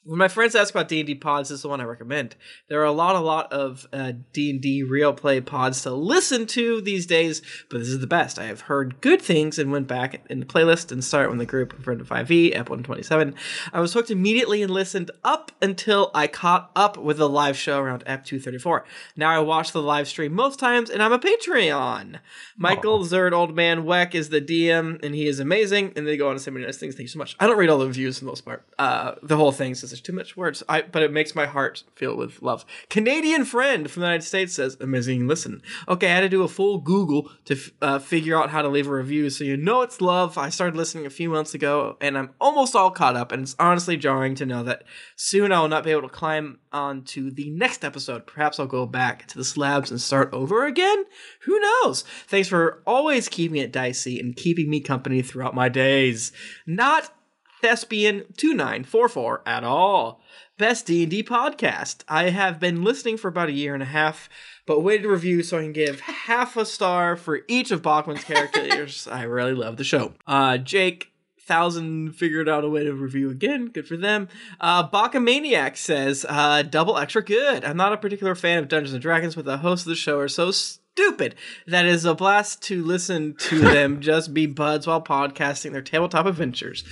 When my friends ask about D and D pods, this is the one I recommend. There are a lot, a lot of uh, D and D real play pods to listen to these days, but this is the best. I have heard good things and went back in the playlist and started with the group in front of Five E at one twenty seven. I was hooked immediately and listened up until I caught up with the live show around F two thirty four. Now I watch the live stream most times, and I'm a Patreon. Michael Zerd, old man Weck, is the DM, and he is amazing. And they go on to say many nice things. Thank you so much. I don't read all the reviews for the most part. Uh, the whole thing says there's too much words. I but it makes my heart feel with love. Canadian friend from the United States says amazing. Listen, okay, I had to do a full Google to f- uh, figure out how to leave a review, so you know it's love. I started listening a few months ago, and I'm almost all caught up. And it's honestly jarring to know that soon I will not be able to climb on to the next episode. Perhaps I'll go back to the slabs and start over again. Who knows? Thanks for always keeping it dicey and keeping me company throughout my days. Not thespian 2944 at all. Best D&D podcast. I have been listening for about a year and a half, but waited to review so I can give half a star for each of Bachman's characters. I really love the show. Uh, Jake Thousand figured out a way to review again. Good for them. Uh, Bachamaniac says, uh, double extra good. I'm not a particular fan of Dungeons and Dragons, but the hosts of the show are so stupid. That is a blast to listen to them just be buds while podcasting their tabletop adventures.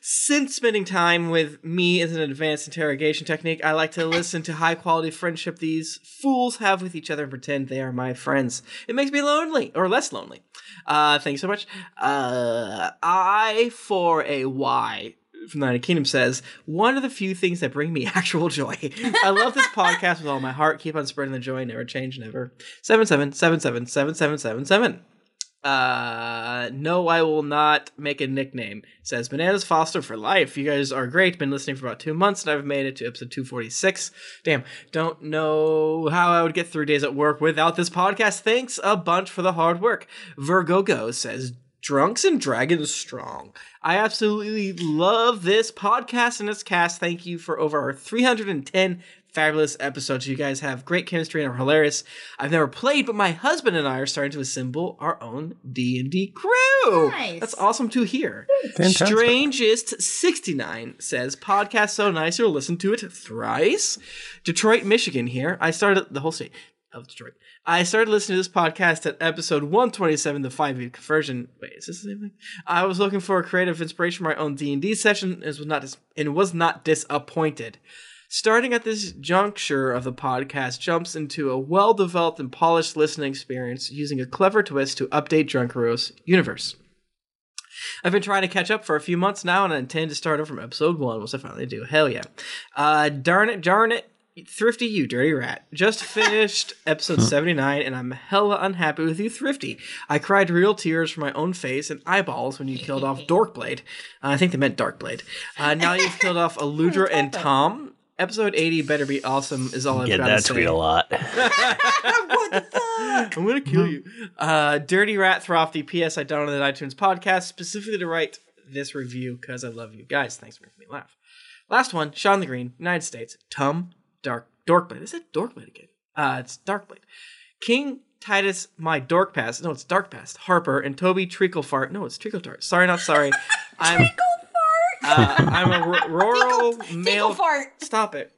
Since spending time with me is an advanced interrogation technique, I like to listen to high quality friendship these fools have with each other and pretend they are my friends. It makes me lonely, or less lonely. Uh, thank you so much. Uh, I for a Y from the United Kingdom says, one of the few things that bring me actual joy. I love this podcast with all my heart. Keep on spreading the joy. Never change, never. 77777777. Uh, no, I will not make a nickname. Says Bananas Foster for life. You guys are great. Been listening for about two months, and I've made it to episode 246. Damn, don't know how I would get through days at work without this podcast. Thanks a bunch for the hard work. Virgo Go says, Drunks and Dragons Strong. I absolutely love this podcast and its cast. Thank you for over 310 fabulous episodes. You guys have great chemistry and are hilarious. I've never played, but my husband and I are starting to assemble our own D&D crew.
Nice.
That's awesome to hear.
Fantastic.
Strangest 69 says, podcast so nice you'll listen to it thrice. Detroit, Michigan here. I started the whole state of Detroit. I started listening to this podcast at episode 127, the 5e conversion. Wait, is this the same thing? I was looking for a creative inspiration for my own D&D session and was not, dis- and was not disappointed. Starting at this juncture of the podcast jumps into a well-developed and polished listening experience using a clever twist to update Drunkaro's universe. I've been trying to catch up for a few months now, and I intend to start over from episode one once I finally do. Hell yeah. Uh, darn it, darn it. Thrifty, you dirty rat. Just finished episode 79, and I'm hella unhappy with you, Thrifty. I cried real tears from my own face and eyeballs when you killed off Dorkblade. Uh, I think they meant Darkblade. Uh, now you've killed off Eludra and Tom. Episode 80 better be awesome, is all I've
Get
got to
that
say.
tweet a lot.
I'm gonna kill you. Uh, Dirty Rat Throfty. P.S. I downloaded iTunes podcast specifically to write this review because I love you guys. Thanks for making me laugh. Last one, Sean the Green, United States. Tom Dark Dorkblade. Is it Dorkblade again? Uh, it's Darkblade. King Titus, my Dork Pass. No, it's Dark Pass. Harper and Toby Treaclefart. No, it's Treacletart. Sorry, not sorry. I'm Uh, I'm a r- rural male. Stop it.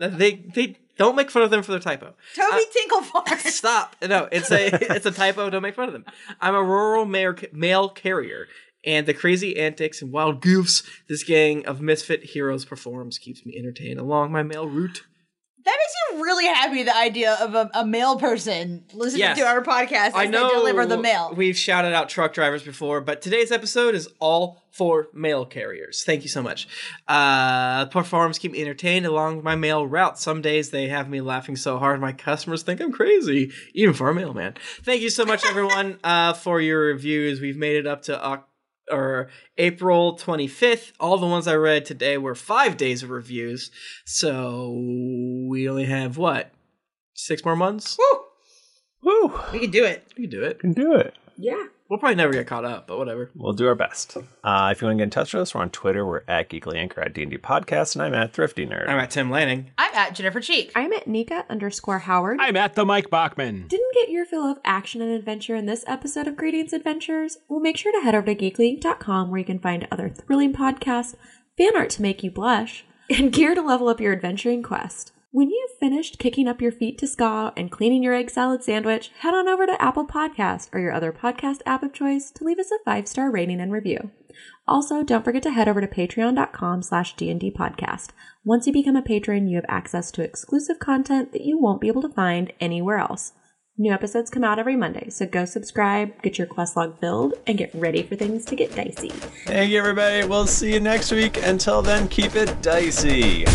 They they don't make fun of them for their typo.
Toby Tinklefart.
Stop. No, it's a it's a typo. Don't make fun of them. I'm a rural mayor, mail carrier, and the crazy antics and wild goofs this gang of misfit heroes performs keeps me entertained along my mail route.
That makes me really happy. The idea of a, a mail person listening
Yes.
to our podcast as they deliver the mail.
We've shouted out truck drivers before, but today's episode is all for mail carriers. Thank you so much. Uh, performs keep me entertained along my mail route. Some days they have me laughing so hard my customers think I'm crazy, even for a mailman. Thank you so much, everyone, uh, for your reviews. We've made it up to Oc- or April 25th. All the ones I read today were five days of reviews. So we only have what? Six more months? Woo!
Woo!
We can do it. We can do it.
can do it.
Yeah.
We'll probably never get caught up, but whatever.
We'll do our best. Uh, if you want to get in touch with us, we're on Twitter. We're at Geekly Anchor at D&D Podcast, and I'm at Thrifty Nerd. I'm
at Tim Lanning.
I'm at Jennifer Cheek.
I'm at Nika underscore Howard.
I'm at the Mike Bachman.
Didn't get your fill of action and adventure in this episode of Greetings Adventures? Well, make sure to head over to geekly.com where you can find other thrilling podcasts, fan art to make you blush, and gear to level up your adventuring quest. When you've finished kicking up your feet to ska and cleaning your egg salad sandwich, head on over to Apple Podcast or your other podcast app of choice to leave us a five-star rating and review. Also, don't forget to head over to patreon.com slash D&D podcast. Once you become a patron, you have access to exclusive content that you won't be able to find anywhere else. New episodes come out every Monday, so go subscribe, get your quest log filled, and get ready for things to get dicey.
Thank you, everybody. We'll see you next week. Until then, keep it dicey.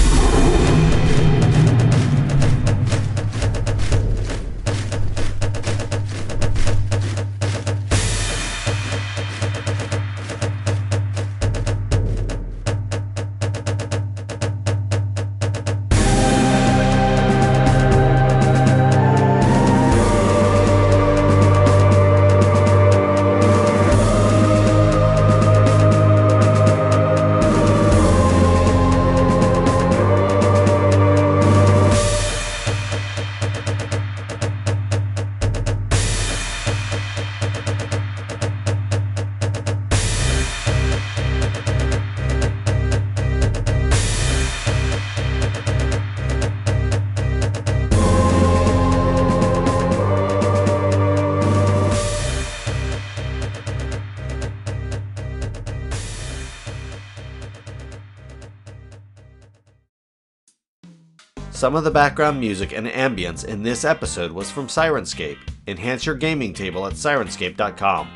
Some of the background music and ambience in this episode was from Sirenscape. Enhance your gaming table at sirenscape.com.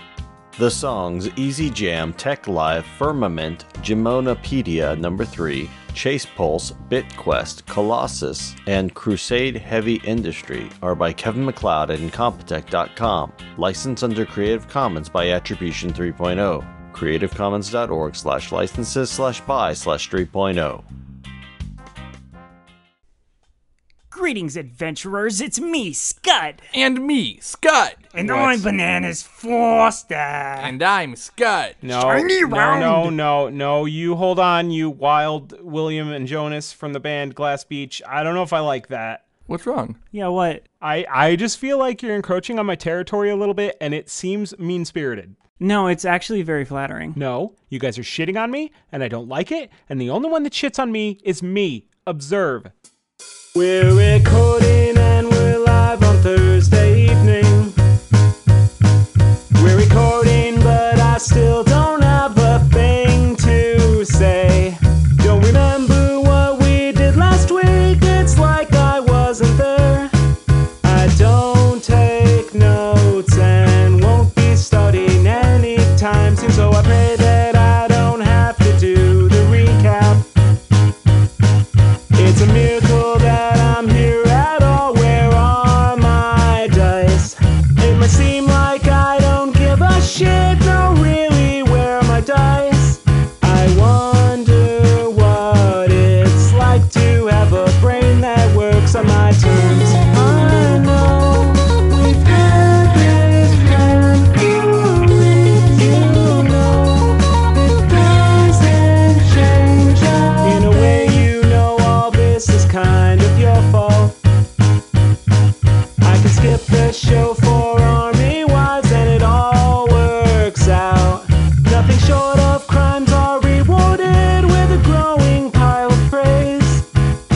The songs Easy Jam, Tech Live, Firmament, Gimonopedia number 3, Chase Pulse, BitQuest, Colossus, and Crusade Heavy Industry are by Kevin McLeod at Incompetech.com, licensed under Creative Commons by Attribution oh. 3.0, creativecommons.org slash licenses slash buy slash oh. 3.0.
Greetings, adventurers. It's me, Scud.
And me, Scud.
And
What?
I'm Bananas Forster.
And I'm Scud.
No,
Shiny
no,
round.
no, no, no. You hold on, you wild William and Jonas from the band Glass Beach. I don't know if I like that.
What's wrong?
Yeah, what? I I just feel like you're encroaching on my territory a little bit, and it seems mean spirited.
No, it's actually very flattering.
No, you guys are shitting on me, and I don't like it. And the only one that shits on me is me. Observe.
We're recording and we're live on Thursday evening. We're recording, but I still don't have a thing to say. Don't remember what we did last week, it's like I wasn't there. I don't take notes and won't be studying anytime soon, so I pray that I don't have to do the recap. It's a miracle that I'm here at all. Where are my dice? It might seem like I don't give a shit. No, really, where are my dice? I wonder what it's like to have a brain that works on my terms. I know we've had this plan for You know it doesn't change us. In a way, you know all this is kind of your fault. I can skip the show for army wives and it all works out. Nothing short of crimes are rewarded with a growing pile of praise.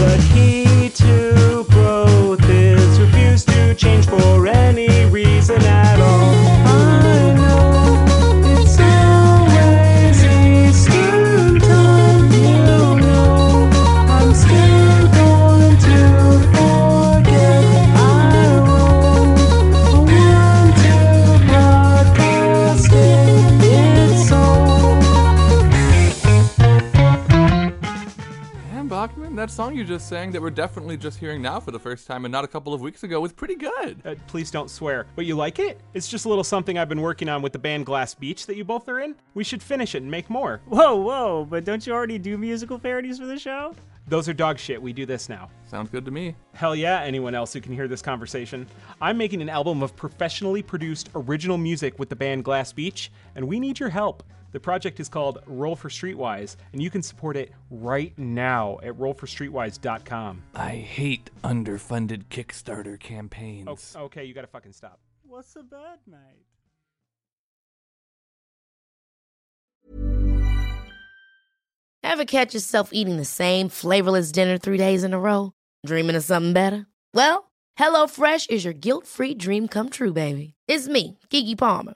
The key to growth is refuse to change for any reason at all. I know it's always Easter time, you know. I'm still going to forget. I won't want to broadcast it. It's all.
And Bachman, that song you just sang that we're definitely just hearing now for the first time and not a couple of weeks ago was pretty good.
Uh, please don't swear, but you like it? It's just a little something I've been working on with the band Glass Beach that you both are in. We should finish it and make more.
Whoa, whoa, but don't you already do musical parodies for the show?
Those are dog shit. We do this now.
Sounds good to me.
Hell yeah, anyone else who can hear this conversation. I'm making an album of professionally produced original music with the band Glass Beach, and we need your help. The project is called Roll for Streetwise, and you can support it right now at rollforstreetwise.com.
I hate underfunded Kickstarter campaigns.
Oh, okay, you gotta fucking stop.
What's a bad night?
Ever catch yourself eating the same flavorless dinner three days in a row? Dreaming of something better? Well, HelloFresh is your guilt free dream come true, baby. It's me, Gigi Palmer.